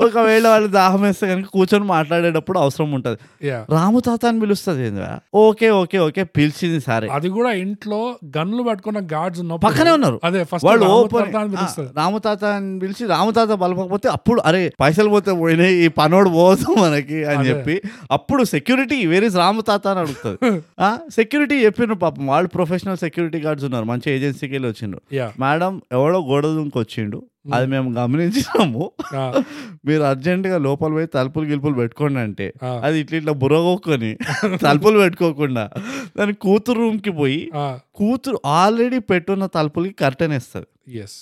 ఒకవేళ వాళ్ళు దాహం వేస్తే కనుక కూర్చొని మాట్లాడేటప్పుడు అవసరం ఉంటుంది
యా
రాము తాత అని పిలుస్తుంది ఏందిరా? ఓకే ఓకే ఓకే పిలిచింది సరే
అది కూడా ఇంట్లో గన్లు పట్టుకున్న గార్డ్స్ ఉన్నప్పుడు
పక్కనే ఉన్నారు
అదే ఫస్ట్
వాళ్ళు
రాము
ఓపెన్
తాత అని పిలుస్తారు.
ఆ, రాము తాత అని పిలిచి రాము తాత బలపకపోతే అప్పుడు అరే పైసలు పోతే పోయినాయి ఈ పనోడు పోదు మనకి అని
అదే.
చెప్పి అప్పుడు సెక్యూరిటీ వేరే రాము తాత అని అడుగుతుంది ఆ, సెక్యూరిటీ చెప్పిన పాపం వాళ్ళు ప్రొఫెషనల్ సెక్యూరిటీ గార్డ్స్ ఉన్నారు మంచి ఏజెన్సీకి వెళ్ళి వచ్చిండ్రు
యా
మేడం ఎవడో గోడ దుంకి వచ్చిండు అది మేము గమనించినాము
ఆ,
మీరు అర్జెంటుగా లోపల పోయి తలుపులు గిలుపులు పెట్టుకోండి అంటే
ఆ,
అది ఇట్లా ఇట్లా బురగొక్కొని తలుపులు పెట్టుకోకుండా దాని కూతురు రూమ్కి పోయి
ఆ,
కూతురు ఆల్రెడీ పెట్టున్న తలుపులకి కర్టెన్ వేస్తుంది
ఎస్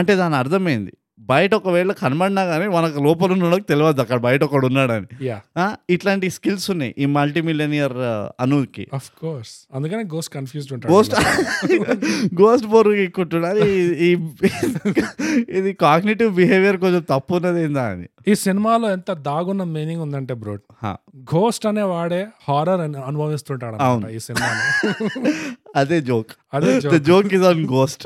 అంటే దాని అర్థమైంది బయట ఒకవేళ కనబడినా కానీ మనకు లోపల ఉన్నోళ్ళకి తెలియదు అక్కడ బయట ఒకడు ఉన్నాడని
యా
ఆ, ఇట్లాంటి స్కిల్స్ ఉన్నాయి ఈ మల్టీ మిలియనియర్ అనుకి
అఫ్ కోర్స్ అందుకనే గోస్ కన్ఫ్యూజ్డ్
గోస్ట్
ఉంటాడు
గోస్ట్ బోర్ ఎక్కుంటున్నా ఇది కాగ్నేటివ్ బిహేవియర్ కొంచెం తప్పు ఉన్నది ఏందా అని
ఈ సినిమాలో ఎంత దాగున్న మీనింగ్ ఉందంటే బ్రోట్
హా.
గోస్ట్ అనే వాడే హారర్ అని అనుభవిస్తుంటాడు అన్నమాట
అవును.
ఈ సినిమాలో
అదే జోక్
అదే
the
joke.
Joke is on ghost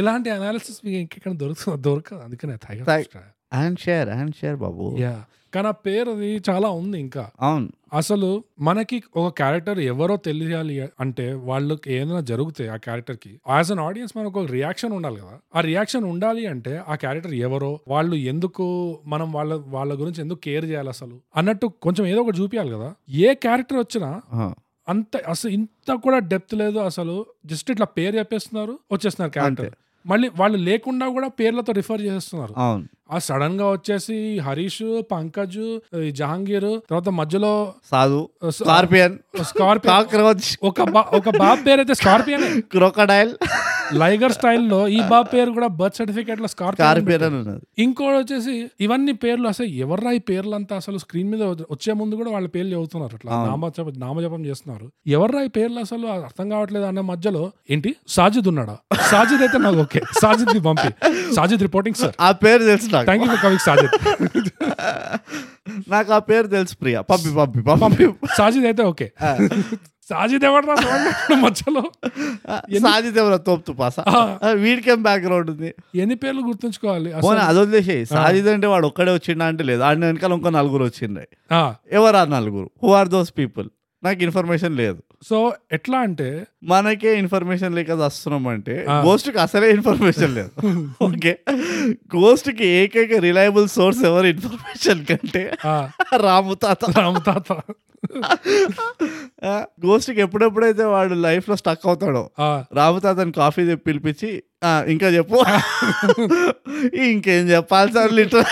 ఇలాంటి అనాలిసిస్ మీకు ఇంకెక్కడ దొరుకుతుందో దొరకదు అందుకనే
Thank- and share and share బాబు
యా కానీ ఆ పేరుది చాలా ఉంది ఇంకా
అవును
అసలు మనకి ఒక క్యారెక్టర్ ఎవరో తెలియాలి అంటే వాళ్ళకి ఏదైనా జరిగితే ఆ క్యారెక్టర్ కి యాజ్ అన్ ఆడియన్స్ మనకు ఒక రియాక్షన్ ఉండాలి కదా ఆ రియాక్షన్ ఉండాలి అంటే ఆ క్యారెక్టర్ ఎవరో వాళ్ళు ఎందుకు మనం వాళ్ళ వాళ్ళ గురించి ఎందుకు కేర్ చేయాలి అసలు అన్నట్టు కొంచెం ఏదో ఒకటి చూపించాలి కదా ఏ క్యారెక్టర్ వచ్చినా
ఆ,
అంత అసలు ఇంత కూడా డెప్త్ లేదు అసలు జస్ట్ ఇట్లా పేరు చెప్పేస్తున్నారు వచ్చేస్తున్నారు క్యారెక్టర్
అంతే.
మళ్ళీ వాళ్ళు లేకుండా కూడా పేర్లతో రిఫర్ చేస్తున్నారు
అవును
ఆ సడన్ గా వచ్చేసి హరీష్ పంకజ్ ఈ జహాంగీర్ తర్వాత మధ్యలో
సాధు
ఆ, స-
స్కార్పియన్
స్కార్పియో
కాక్రోచ్
ఒక బా- ఒక బాబ్ పేరు అయితే స్కార్పియన్
క్రోకడైల్
లైగర్ స్టైల్లో ఈ బాబ్ పేరు కూడా బర్త్ సర్టిఫికేట్ లో స్కార్పియన్
స్కార్పియన్ అని ఉన్నది
ఇంకోటి వచ్చేసి ఇవన్నీ పేర్లు అసలు ఎవర్రా ఈ పేర్లంతా అసలు స్క్రీన్ మీద వచ్చే ముందు కూడా వాళ్ళ పేర్లు చదువుతున్నారు అట్లా
అవును.
నామజప నామజపం చేస్తున్నారు ఎవర్రా ఈ పేర్లు అసలు అర్థం కావట్లేదు అన్న మధ్యలో ఏంటి సాజిద్ ఉన్నాడా సాజిద్ అయితే నాకు ఓకే సాజిద్ ని పంపి సాజిద్ రిపోర్టింగ్ సార్
ఆ పేరు తెలుసు నాకు
thank you for coming Sajid
నాకు ఆ పేరు తెలుసు ప్రియ పంపి పంపి పంపి
సాజిద్ అయితే ఓకే సాజిద్ ఎవడరా చూడండి మధ్యలో
సాజిత్ ఎవరో తోపు పాస వీడికేం బ్యాక్గ్రౌండ్ ఉంది
ఎన్ని పేర్లు గుర్తుంచుకోవాలి
పోనీ
అసలు
అది వదిలేసి సాజిత్ అంటే వాడు ఒక్కడే వచ్చిండా అంటే లేదు ఆడిన వెనకాల ఇంకో నలుగురు వచ్చిండే
ఆ,
ఎవరు ఆ నలుగురు హూ ఆర్ దోస్ పీపుల్ నాకు ఇన్ఫర్మేషన్ లేదు
సో ఎట్లా అంటే
మనకే ఇన్ఫర్మేషన్ లేక వస్తున్నాం అంటే
ఆ.
గోస్ట్ కి అసలే ఇన్ఫర్మేషన్ లేదు ఓకే గోస్ట్ కి ఏకైక రిలయబుల్ సోర్స్ ఎవరు ఇన్ఫర్మేషన్ కంటే
ఆ,
రాము తాత
రామ్ తాత
గోస్ట్ కి ఎప్పుడెప్పుడైతే వాడు లైఫ్ లో స్టక్ అవుతాడో
ఆ,
రాము తాతని కాఫీ తెప్పి పిలిపించి "ఆ, ఇంకా చెప్పు ఇంకేం చెప్పాలి సార్ లిటరల్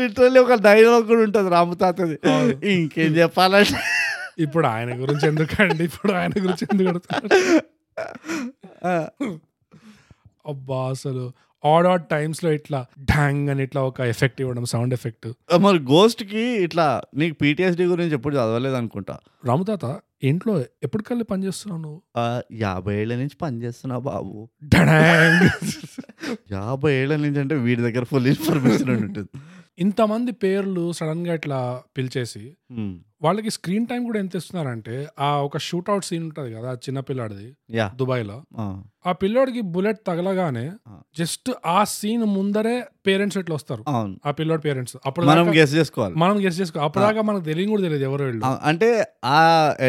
లిటరల్లీ ఒక డైలాగ్ కూడా ఉంటుంది రాము తాతది
అవును.
ఇంకేం చెప్పాలంటే
ఇప్పుడు ఆయన గురించి ఎందుకండి ఇప్పుడు ఆయన గురించి ఎందుకు అడుగుతున్నారు?
ఆ,
అబ్బా అసలు ఆడ్ ఆడ్ టైమ్స్ లో ఇట్లా ఢాంగ్ అని ఇట్లా ఒక ఎఫెక్ట్ ఇవ్వడం సౌండ్ ఎఫెక్ట్
మరి గోస్ట్ కి ఇట్లా నీకు పిటిఎస్డి గురించి ఎప్పుడు చదవలేదు అనుకుంటా
రాము తాత ఇంట్లో ఎప్పటికల్లా పనిచేస్తున్నావు నువ్వు
ఆ, యాభై ఏళ్ళ నుంచి పనిచేస్తున్నా బాబు
ఢడాంగ్.
యాభై ఏళ్ళ నుంచి అంటే వీడి దగ్గర ఫుల్ ఇన్ఫర్మేషన్ ఉంటుంది
ఇంతమంది పేర్లు సడన్ గా ఇట్లా పిలిచేసి వాళ్ళకి స్క్రీన్ టైం కూడా ఎంత ఇస్తున్నారంటే ఆ ఒక షూట్ అవుట్ సీన్ ఉంటది కదా ఆ చిన్న పిల్లాడిది
యా
దుబాయ్ లో ఆ పిల్లోడికి బుల్లెట్ తగలగానే
Ah.
జస్ట్ ఆ సీన్ ముందరే పేరెంట్స్ ఇట్లా వస్తారు
అవును
ఆ పిల్లోడి పేరెంట్స్ అప్పుడు
మనం
దాకా-
గెస్ చేసుకోవాలి
మనం గెస్ట్ చేసుకో అప్పటిదాకా మనకు తెలియని కూడా తెలియదు ఎవరు వెళ్ళు
ఆ, అంటే ఆ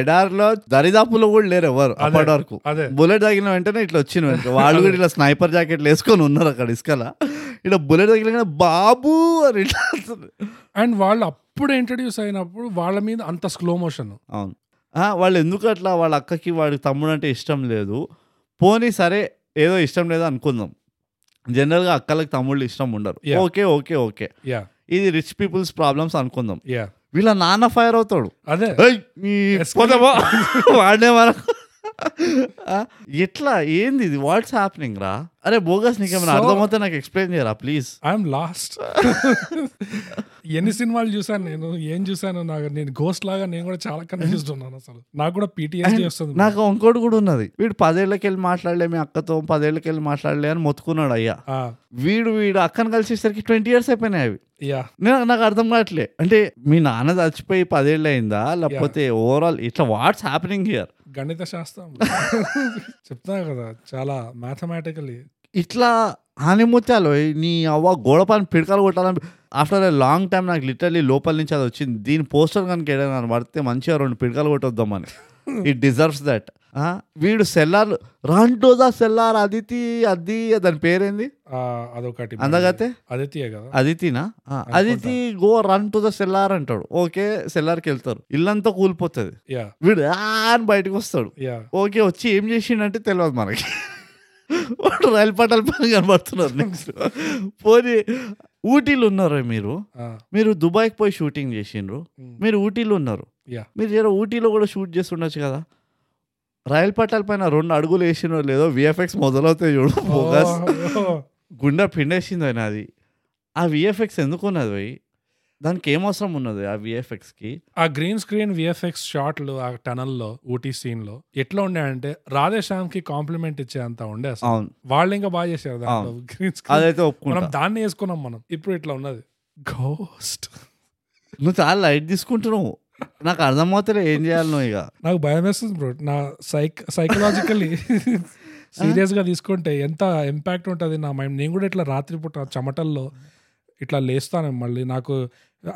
ఎడార్లో దరిదాపులో కూడా లేరు ఎవరు
అదే.
అప్పటి వరకు
అదే
బుల్లెట్ తగిలిన వెంటనే ఇట్లా వచ్చిన వెనక వాళ్ళు కూడా ఇట్లా స్నైపర్ జాకెట్లు వేసుకొని ఉన్నారు అక్కడ ఇసుకల ఇక్కడ బుల్లెట్ తగిలిన బాబు అని ఇట్లా వస్తుంది.
అండ్ వాళ్ళు అప్పుడు ఇంట్రడ్యూస్ అయినప్పుడు వాళ్ళ మీద అంత స్లో మోషన్
అవును ఆ, వాళ్ళు ఎందుకు అట్లా వాళ్ళ అక్కకి వాడి తమ్ముడు అంటే ఇష్టం లేదు పోనీ సరే ఏదో ఇష్టం లేదు అనుకుందాం జనరల్గా అక్కలకు తమ్ముళ్ళు ఇష్టం ఉండరు
Yeah.
Okay okay okay
yeah
ఇది రిచ్ పీపుల్స్ ప్రాబ్లమ్స్ అనుకుందాం
యా
వీళ్ళ నాన్న ఫైర్ అవుతాడు
అదే
"ఏయ్, నీ
Escalate.
పోతావా?" వాడినే మనకు ఆ, ఎట్లా ఏంది ఇది వాట్స్ హ్యాపెనింగ్ రా అరే బోగస్ నీకేమైనా
So-
అర్థమవుతే నాకు ఎక్స్ప్లెయిన్ చేయరా ప్లీజ్
ఐఎమ్ లాస్ట్ ఎన్ని సినిమాలు చూసాను నేను ఏం చూసాను నాకు నేను గోస్ట్ లాగా నేను కూడా చాలా కన్ఫ్యూజ్డ్ ఉన్నాను అసలు నాకు కూడా పీటీఎస్డీ వస్తుంది
నాకు ఇంకోటి కూడా ఉన్నది వీడు పదేళ్ళకి వెళ్ళి మాట్లాడలే మీ అక్కతో పదేళ్ళకి వెళ్ళి మాట్లాడలే అని మొత్తుకున్నాడు అయ్యా వీడు వీడు అక్కను కలిసేసరికి ట్వంటీ ఇయర్స్ అయిపోయినాయి అవి
యా
నేను నాకు అర్థం కావట్లే అంటే మీ నాన్న చచ్చిపోయి పదేళ్ళు అయిందా లేకపోతే ఓవరాల్ ఇట్లా వాట్స్ హ్యాపెనింగ్ హియర్
గణిత శాస్త్రం చెప్తాను కదా చాలా మ్యాథమెటికలీ
ఇట్లా హానిముత్యాలు నీ అవ్వ గోడ పైన పిడకలు కొట్టాలని ఆఫ్టర్ ఏ లాంగ్ టైం నాకు లిటరలీ లోపల నుంచి అది వచ్చింది దీని పోస్టర్ కనుక ఏదైనా పడితే మంచిగా రెండు పిడకలు కొట్టొద్దామని ఇట్ డిజర్వ్స్ దట్ వీడు సెల్లార్ రాంటోజా సెల్లార్ అదితి అది దాని పేరేంది
అదొకటి
అందగతే
అదితియే కదా
అదితినా ఆ, Aditi go run to the cellar అంటాడు ఓకే సెల్లార్కి వెళ్తారు ఇల్లంతా కూలిపోతుంది
యా
వీడు ఆ అని బయటకు వస్తాడు
యా
ఓకే వచ్చి ఏం చేసిండంటే తెలియదు మనకి వాడు రైలు పట్టాల పని కనబడుతున్నారు నెక్స్ట్ పోనీ ఊటీలు ఉన్నారు మీరు మీరు దుబాయ్కి పోయి షూటింగ్ చేసిండ్రు మీరు ఊటీలో ఉన్నారు
Yeah.
మీరు జర ఊటీలో కూడా షూట్ చేసి ఉండొచ్చు కదా రైలు పట్టాల పైన రెండు అడుగులు వేసినో లేదో విఎఫ్ఎక్స్ మొదలవుతాయి చూడు బోగస్ గుండె పిండేసింది ఆయన అది ఆ విఎఫ్ఎక్స్ ఎందుకు ఉన్నది పోయి దానికి ఏం అవసరం ఉన్నది ఆ విఎఫ్ఎక్స్కి
ఆ గ్రీన్ స్క్రీన్ విఎఫ్ఎక్స్ షాట్లు ఆ tunnel లో ఊటీ సీన్ లో ఎట్లా ఉండే రాధేశ్యామ్ కి కాంప్లిమెంట్ ఇచ్చేంత ఉండే అసలు
అవును
వాళ్ళు ఇంకా బాగా చేశారు దాంట్లో గ్రీన్ స్క్రీన్
అదైతే
మనం
ఒప్పుకుంటా
దాన్ని వేసుకున్నాం మనం ఇప్పుడు ఇట్లా ఉన్నది ఘోస్ట్
నువ్వు చాలా లైట్ తీసుకుంటున్నావు నాకు అర్థమవుతలే ఏం చేయాలి నువ్వు ఇక
నాకు భయం వేస్తుంది బ్రో నా సైక్ సైకలాజికల్లీ సీరియస్ గా తీసుకుంటే ఎంత ఇంపాక్ట్ ఉంటుంది నా మైండ్ నేను కూడా ఇట్లా రాత్రిపూట చెమటల్లో ఇట్లా లేస్తాను మళ్ళీ నాకు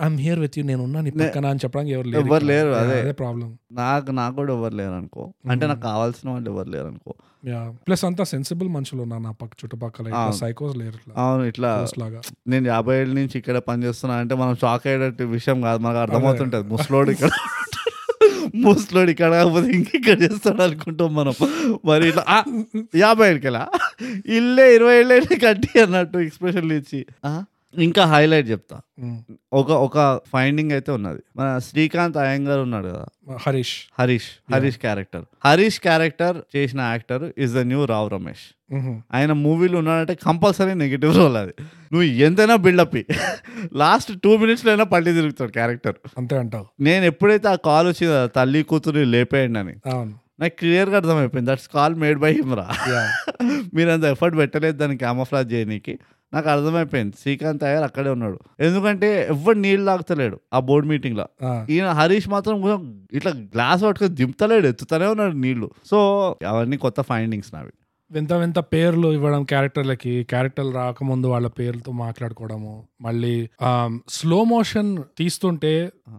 ఐఎమ్ హియర్ విత్ యూ నేను ఉన్నాను నీ పక్కన అని చెప్పడానికి ఎవరు లేరు
ఎవరు లేరు,
Yeah,
అదే.
అదే ప్రాబ్లం
నాకు నాకు కూడా ఎవరు లేరు అనుకో అంటే నాకు కావాల్సిన వాళ్ళు ఎవరు లేరు అనుకో
ప్లస్ అంతా సెన్సిబుల్ మనుషులు ఉన్నారు నా పక్క చుట్టుపక్కల ఇట్లా
అవును.
సైకోస్ లేరు ఇట్లా
అవును ఇట్లా
Ghost లాగా
నేను యాభై ఏళ్ళ నుంచి ఇక్కడ పనిచేస్తున్నా అంటే మనం షాక్ అయ్యేటట్టు విషయం కాదు మనకు అర్థమవుతుంటుంది ముసలోడు ఇక్కడ ముసలోడు ఇక్కడ కాకపోతే ఇంకెక్కడ చేస్తాడు అనుకుంటాం మనం మరి ఇట్లా "ఆ, యాభై ఏళ్ళకెలా ఇల్లే ఇరవై ఏళ్ళే కట్టి అన్నట్టు ఎక్స్ప్రెషన్లు ఇచ్చి "ఆ, ఇంకా హైలైట్ చెప్తా
Mm.
ఒక ఒక ఫైండింగ్ అయితే ఉన్నది మన శ్రీకాంత్ అయ్యంగారు ఉన్నాడు కదా
హరీష్
హరీష్ హరీష్ క్యారెక్టర్ హరీష్ క్యారెక్టర్ చేసిన actor is the new Rao Ramesh
Mhm.
ఆయన మూవీలు ఉన్నాడంటే కంపల్సరీ నెగిటివ్ రోల్ అది నువ్వు ఎంతైనా బిల్డప్ లాస్ట్ టూ మినిట్స్లో పల్లి తిరుగుతాడు క్యారెక్టర్
అంతే అంటావు
నేను ఎప్పుడైతే ఆ కాల్ వచ్చిందో తల్లి కూతురు లేపేయండి అని
అవును
నాకు క్లియర్గా అర్థమైపోయింది that's call made by him రా
Yeah.
మీరు అంత ఎఫర్ట్ పెట్టలేదు దాన్ని క్యామోఫ్లాజ్ చేయడానికి నాకు అర్థమైపోయింది శ్రీకాంత్ అయ్యర్ అక్కడే ఉన్నాడు ఎందుకంటే ఎవరు నీళ్ళు తాగుతలేడు ఆ బోర్డు మీటింగ్లో
Ah.
ఈయన హరీష్ మాత్రం కొంచెం ఇట్లా గ్లాస్ పట్టుకొని దింపుతలేడు ఎత్తుతూనే ఉన్నాడు నీళ్లు సో అవన్నీ కొత్త ఫైండింగ్స్ నావి
వింత వింత పేర్లు ఇవ్వడం క్యారెక్టర్లకి క్యారెక్టర్లు రాకముందు వాళ్ళ పేర్లతో మాట్లాడుకోవడము మళ్ళీ స్లో మోషన్ తీస్తుంటే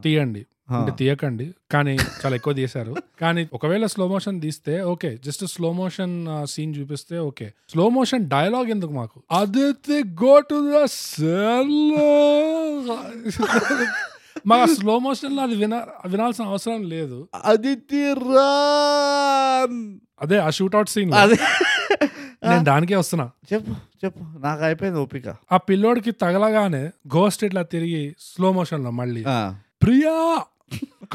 తీయండి
ఆ.
అంటే తీయకండి కానీ చాలా ఎక్కువ తీశారు కానీ ఒకవేళ స్లో మోషన్ తీస్తే okay just slow motion scene చూపిస్తే ఓకే స్లో మోషన్ డైలాగ్ ఎందుకు మాకు అదే గో టు ద మా స్లో మోషన్ లో అది వినా వినాల్సిన అవసరం లేదు
అదితి రామ్
అదే ఆ షూట్అవుట్ సీన్
అదే
నేను దానికే వస్తున్నా
చెప్పు చెప్పు నాకు అయిపోయింది ఓపిక
ఆ పిల్లోడికి తగలగానే గోస్ట్ ఇట్లా తిరిగి స్లో మోషన్ లో మళ్ళీ
ఆ,
ప్రియా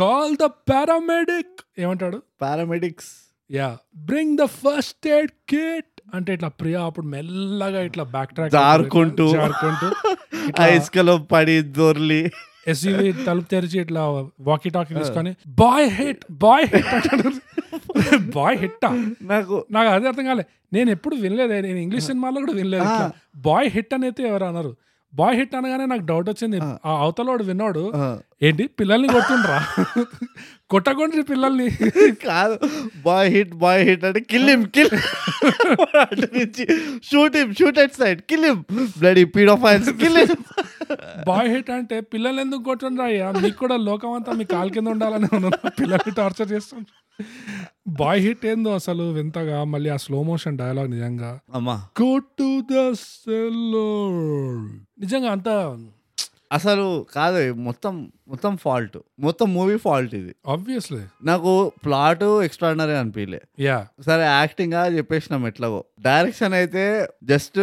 కాల్ ద పారామెడిక్ ఏమంటాడు
paramedics
yeah bring the first aid kit అంటే ఇట్లా ప్రియా అప్పుడు మెల్లగా ఇట్లా బ్యాక్ ట్రాక్
జారుకుంటూ.
జారుకుంటూ
ఆ ఇసుకలో పడి దొర్లి
ఎస్యూవి తలుపు తెరిచి ఇట్లా వాకీ టాకీ తీసుకొని బాయ్ హిట్ బాయ్ హిట్ అంటాడు బాయ్ హిట్టా
నాకు
నాకు అదే అర్థం కాలే నేను ఎప్పుడు వినలేదే నేను ఇంగ్లీష్ సినిమాల్లో కూడా వినలేదు ఇట్లా బాయ్ హిట్ అని అయితే ఎవరు అన్నారు బాయ్ హిట్ అనగానే నాకు డౌట్ వచ్చింది ఆ అవతలోడు విన్నాడు
ఆ,
ఏంటి పిల్లల్ని కొట్టుండ్రా కొట్టకుండ్రి పిల్లల్ని
కాదు బాయ్ హిట్ బాయ్ హిట్ అంటే కిల్లిం కిల్ అటు నుంచి shoot him shoot at side కిల్లిం bloody paedophiles కిల్లిం
boy hit అంటే పిల్లల్ని ఎందుకు కొట్టుండ్రా అయ్యా మీకు కూడా లోకం అంతా మీ కాలు కింద ఉండాలని ఉన్నారు పిల్లల్ని టార్చర్ చేస్తుండ్రు బాయ్ హిట్ ఏందో అసలు వింతగా మళ్ళీ ఆ స్లో మోషన్ డైలాగ్ నిజంగా
అమ్మా
గో టు ద సెల్లోర్ నిజంగా అంత
అసలు కాదు మొత్తం మొత్తం ఫాల్ట్ మొత్తం మూవీ ఫాల్ట్ ఇది
ఆబ్వియస్లీ
నాకు ప్లాట్ ఎక్స్ట్రాడినరీ అనిపించలే
యా
సరే యాక్టింగ్ ఆ చెప్పేసినాం ఎట్లాగో డైరెక్షన్ అయితే జస్ట్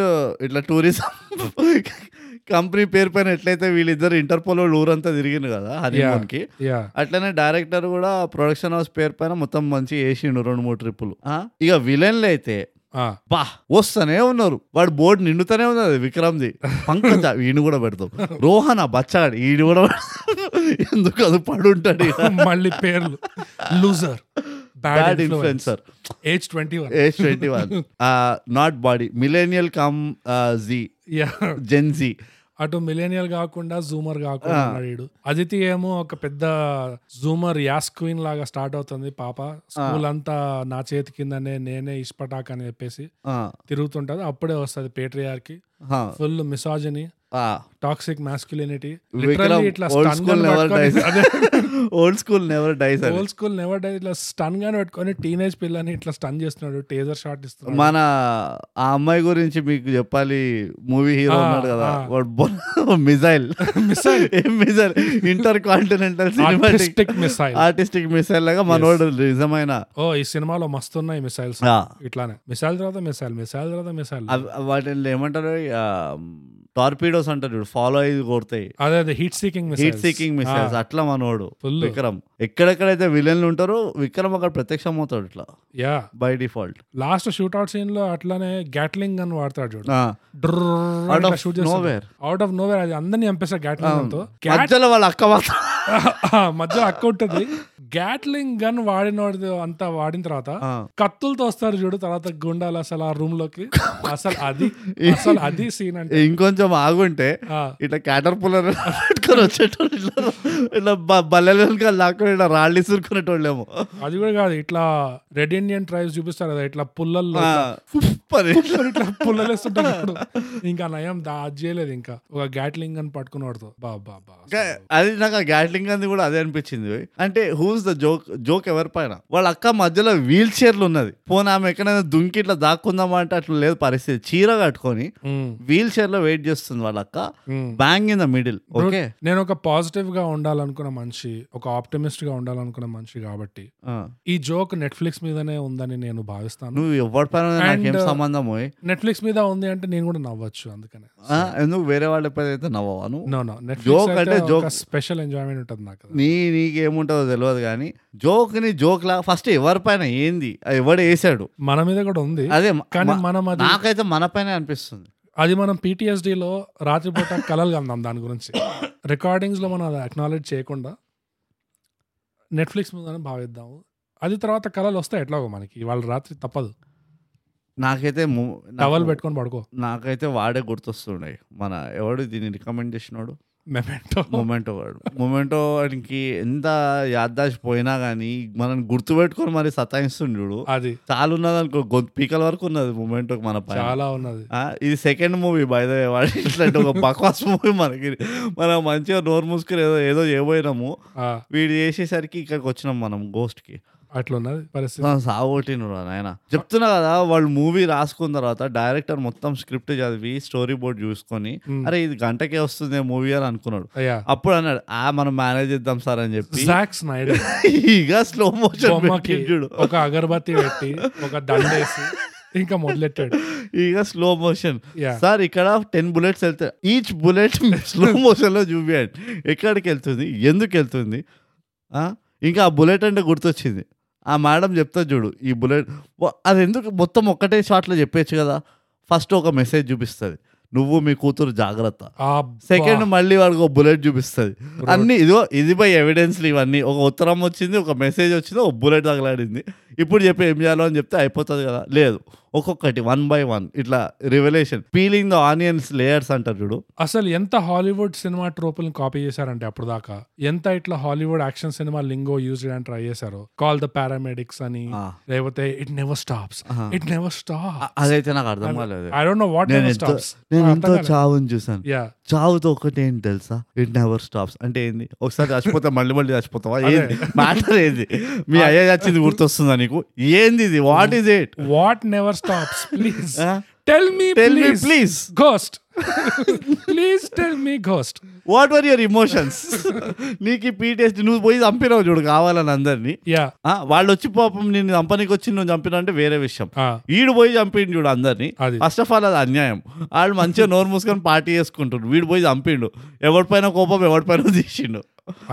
ఇట్లా టూరిజం కంపెనీ పేరు పైన ఎట్లయితే వీళ్ళిద్దరు ఇంటర్పోల్ వాళ్ళు ఊరంతా తిరిగిండు కదా honeymoon కి
యా
అట్లనే డైరెక్టర్ కూడా ప్రొడక్షన్ హౌస్ పేరు పైన మొత్తం మంచి వేసిండు రెండు మూడు ట్రిప్పులు ఆ? ఇక విలన్లు అయితే బా వస్తూనే ఉన్నారు వాడు బోర్డు నిండుతూనే ఉన్నది విక్రమ్ది పంకజ ఈయన కూడా పెడతాం రోహన బచ్చాడు ఈయన కూడా పెడతాం. ఎందుకు అది పడుంటాడు
మళ్ళీ పేర్లు loser bad
bad
influence
influencer
age twenty one
age twenty one not body millennial come Z
yeah
Gen Z
అటు మిలేనియల్ కాకుండా జూమర్ కాకుండా ఉన్నాడు వీడు. అదితి ఏమో ఒక పెద్ద జూమర్ యాస్ క్వీన్ లాగా స్టార్ట్ అవుతుంది పాప స్కూల్ అంతా నా చేతి కిందనే నేనే ఇష్పటాక్ అని చెప్పేసి తిరుగుతుంటది అప్పుడే వస్తుంది patriarchy full misogyny toxic masculinity literally ఇట్లా
old school never dies old school never dies అని
ఓల్డ్ స్కూల్ నెవర్ డై ఇట్లా స్టన్ గానే పెట్టుకొని టీనేజ్ పిల్లని ఇట్లా స్టన్ చేస్తున్నాడు టేజర్ షాట్ ఇస్తున్నాడు
మన ఆ అమ్మాయి గురించి మీకు చెప్పాలి మూవీ హీరో
ఆ,
ఉన్నాడు కదా
ఆ.
వాడు మిసైల్
Missile.
ఏం missile intercontinental
Artistic missile.
Artistic missile లాగా మనోడు నిజమైన
ఓ ఈ సినిమాలో మస్తు ఉన్నాయి మిసైల్స్
ఆ,
ఇట్లానే మిసైల్ తర్వాత మిసైల్ మిసైల్ తర్వాత మిసైల్
అవి- వాటిని ఏమంటారు టార్పీడోస్ అంటారు చూడు ఫాలో అయ్యి కొడతాయి
అదే అదే heat seeking
heat seeking missiles అట్లా మనోడు
Ah. Full.
విక్రమ్ ఎక్కడెక్కడైతే విలన్లు ఉంటారో విక్రమ్ అక్కడ ప్రత్యక్షం అవుతాడు ఇట్లా
yeah
by default
last shoot out scene లో అట్లానే గ్యాట్లింగ్ అని వాడతాడు చూడు Drrrr
Out
ఇట్లా
of
shoot చేస్తాడు.
nowhere.
Out of nowhere అది అందరినీ చంపేస్తా గ్యాట్లింగ్ తో
మధ్యలో వాళ్ళ అక్క మాత్రం
మధ్య అక్క ఉంటుంది గ్యాట్లింగ్ గన్ వాడిన అంతా వాడిన తర్వాత
ఆ.
కత్తులతో వస్తారు చూడు తర్వాత గుండాలు అసలు ఆ రూమ్ లోకి అసలు అది అసలు అది సీన్ అంటే
ఇంకొంచెం ఆగుంటే
ఆ.
ఇట్లా క్యాటర్ పుల్లర్ పెట్టుకొని వచ్చేటోళ్ళు ఇట్లా ఇట్లా బ- బల్లెల వెనక లాక్కొని ఇట్లా రాళ్ళు ఇసురుకునేటోళ్ళేమో
అది కూడా కాదు ఇట్లా రెడ్ ఇండియన్ ట్రైబ్స్ చూపిస్తారు కదా ఇట్లా పుల్లల్లో
ఆ,
ఇట్లా
పని.
మరి ఇట్లా పుల్లలేస్తుంటాడు ఇప్పుడు. ఇంకా నయం దా అది చేయలేదు ఇంకా ఒక గ్యాట్లింగ్ అని పట్టుకుని వాడుతో బా బా బా
ఇంకా అది నాకు ఆ గ్యాట్లింగ్ అంది కూడా అదే అనిపించింది అంటే హూస్ ద జోక్ జోక్ ఎవరి పైన వాళ్ళ అక్క మధ్యలో వీల్ చైర్లు ఉన్నది పోనీ ఆమె ఎక్కడైనా దుంకి ఇట్లా దాక్కుందామా అంటే అట్లా లేదు పరిస్థితి చీర కట్టుకొని
మ్మ్.
వీల్ చైర్ లో వెయిట్ చేస్తుంది వాళ్ళ అక్క
మ్మ్.
Bang in the middle okay
నేను ఒక పాజిటివ్ గా ఉండాలనుకున్న మనిషి ఒక ఆప్టమిస్ట్ గా ఉండాలనుకున్న మనిషి కాబట్టి ఈ జోక్ నెట్ఫ్లిక్స్ మీదనే ఉందని నేను భావిస్తాను
నువ్వు ఎవరి పైన ఉన్నా నాకేం
And-
సంబంధం ఓయ్.
నెట్ఫ్లిక్స్ మీద ఉంది అంటే నేను కూడా నవ్వచ్చు అందుకనే
ఆ, ఎందుకు వేరే వాళ్ళ పైన అయితే నవ్వవా నువ్వు
నో నో
Joke
నెట్ఫ్లిక్స్
అంటే
అంటే
joke.
ఒక స్పెషల్ ఎంజాయ్మెంట్ ఉంటుంది నాకు అది.
నీ నీకేముంటుందో తెలియదు కానీ జోక్ని జోక్ లాగా ఫస్ట్ ఎవరి పైన ఏంది అది ఎవడు వేసాడు
మన మీద కూడా ఉంది
అదే మ-
కానీ
మ-
మనం అది
నాకైతే మన పైన అనిపిస్తుంది
అది మనం PTSD లో రాత్రిపూట కలలు కందాం దాని గురించి రికార్డింగ్స్ లో మనం అది అక్నాలెడ్జ్ చేయకుండా నెట్ఫ్లిక్స్ ముందని భావిద్దాము అది తర్వాత కళలు వస్తాయి ఎట్లాగో మనకి ఇవాళ రాత్రి తప్పదు
నాకైతే ము- నాకు-
టవల్ పెట్టుకొని పడుకో
నాకైతే వాడే గుర్తొస్తుండే మన ఎవడు దీన్ని రికమెండ్ చేసినాడు
మెమెంటో
మొమెంటో వాడు మొమెంటో వాడికి ఎంత యాద్దాష్ పోయినా కానీ మనం గుర్తుపెట్టుకొని మరి సతాయిస్తుంది చూడు
అది
చాలా ఉన్నది అనుకో గొంతు పీకల వరకు ఉన్నది మొమెంటో మన పైన
చాలా ఉన్నది
ఆ, ఇది second movie by the way వాడు ఇట్లాంటి ఒక బక్వాస్ మూవీ మనకి మనం మంచిగా నోరు మూసుకుని ఏదో ఏదో చేయబోయినాము
ఆ,
వీడు చేసేసరికి ఇక్కడికి వచ్చినాం మనం గోస్ట్ కి
అట్లా ఉన్నది పరిస్థితి
మనం సాగొట్టిండు నాయన చెప్తున్నా కదా వాళ్ళు మూవీ రాసుకున్న తర్వాత డైరెక్టర్ మొత్తం స్క్రిప్ట్ చదివి స్టోరీ బోర్డ్ చూసుకొని అరే ఇది గంటకే వస్తుంది మూవీ అని అనుకున్నాడు
అయ్యా
అప్పుడు అన్నాడు ఆ మనం మేనేజ్ చేద్దాం సార్ అని చెప్పి
జాక్స్ నైడర్
ఇక స్లో
బొమ్మకి
మోషన్ చూడు
ఒక అగరబత్తి పెట్టి ఒక దండేసి ఇంకా మొదలెట్టాడు
ఇక స్లో మోషన్
Yeah.
సార్ ఇక్కడ టెన్ బుల్లెట్స్ వెళ్తాయి ఈచ్ బుల్లెట్ స్లో మోషన్లో చూపియండి ఎక్కడికి వెళ్తుంది ఎందుకు వెళ్తుంది ఆ? ఇంకా ఆ బుల్లెట్ అంటే గుర్తొచ్చింది ఆ మేడం చెప్తా చూడు ఈ బుల్లెట్ వా- అది ఎందుకు మొత్తం ఒక్కటే షాట్లో చెప్పేచ్చు కదా ఫస్ట్ ఒక మెసేజ్ చూపిస్తుంది నువ్వు మీ కూతురు జాగ్రత్త సెకండ్ మళ్ళీ వాడికి ఒక బుల్లెట్ చూపిస్తుంది అన్ని ఇదిగో ఇది బై ఎవిడెన్స్లు ఇవన్నీ ఒక ఉత్తరం వచ్చింది ఒక మెసేజ్ వచ్చింది ఒక బుల్లెట్ తగలాడింది ఇప్పుడు చెప్పి ఏం చేయాలో అని చెప్తే అయిపోతుంది కదా లేదు ఒక్కొక్కటి వన్ బై వన్ ఇట్లా revolution peeling the onions layers అంటారు చూడు
అసలు ఎంత హాలీవుడ్ సినిమా ట్రోపుల్ని కాపీ చేశారంటే అప్పుడు దాకా ఎంత ఇట్లా హాలీవుడ్ యాక్షన్ సినిమా లింగో యూజ్ చేయడానికి ట్రై చేశారు కాల్ ద పారామెడిక్స్ అని
Ah.
లేకపోతే it never stops it never stop
అ- అదైతే నాకు అర్థం కాలేదు
ఐ డోంట్ నో వాట్
నేను
నెవర్
ఎంతో
స్టాప్స్
నేను ఎంతో చావుని చూసాను
యా
చావుతో ఒకటి ఏంటి తెలుసా ఇట్ నెవర్ స్టాప్స్ అంటే ఏంది ఒకసారి చచ్చిపోతా మళ్ళీ మళ్ళీ చచ్చిపోతావా
అదే.
ఏంది మ్యాటర్ ఏంది మీ అయ్యా చచ్చింది గుర్తొస్తుందా నీకు ఏంది ఇది what is it
what never stops please tell me
tell me
please
please
ghost please tell me ghost
what were your emotions నీకు ఈ పీటీఎస్డి నువ్వు పోయి చంపినావు చూడు కావాలని అందరినీ
యా
ఆ, వాళ్ళు వచ్చి పాపం నేను చంపనీకి వచ్చి నువ్వు చంపినా అంటే వేరే విషయం
Ah.
వీడు పోయి చంపిండు చూడు అందరినీ
అది.
ఫస్ట్ ఆఫ్ ఆల్ అది అన్యాయం వాళ్ళు మంచిగా నోరు మూసుకొని పార్టీ చేసుకుంటారు వీడు పోయి చంపిండు ఎవరిపైన కోపం ఎవరిపైన తీసిండు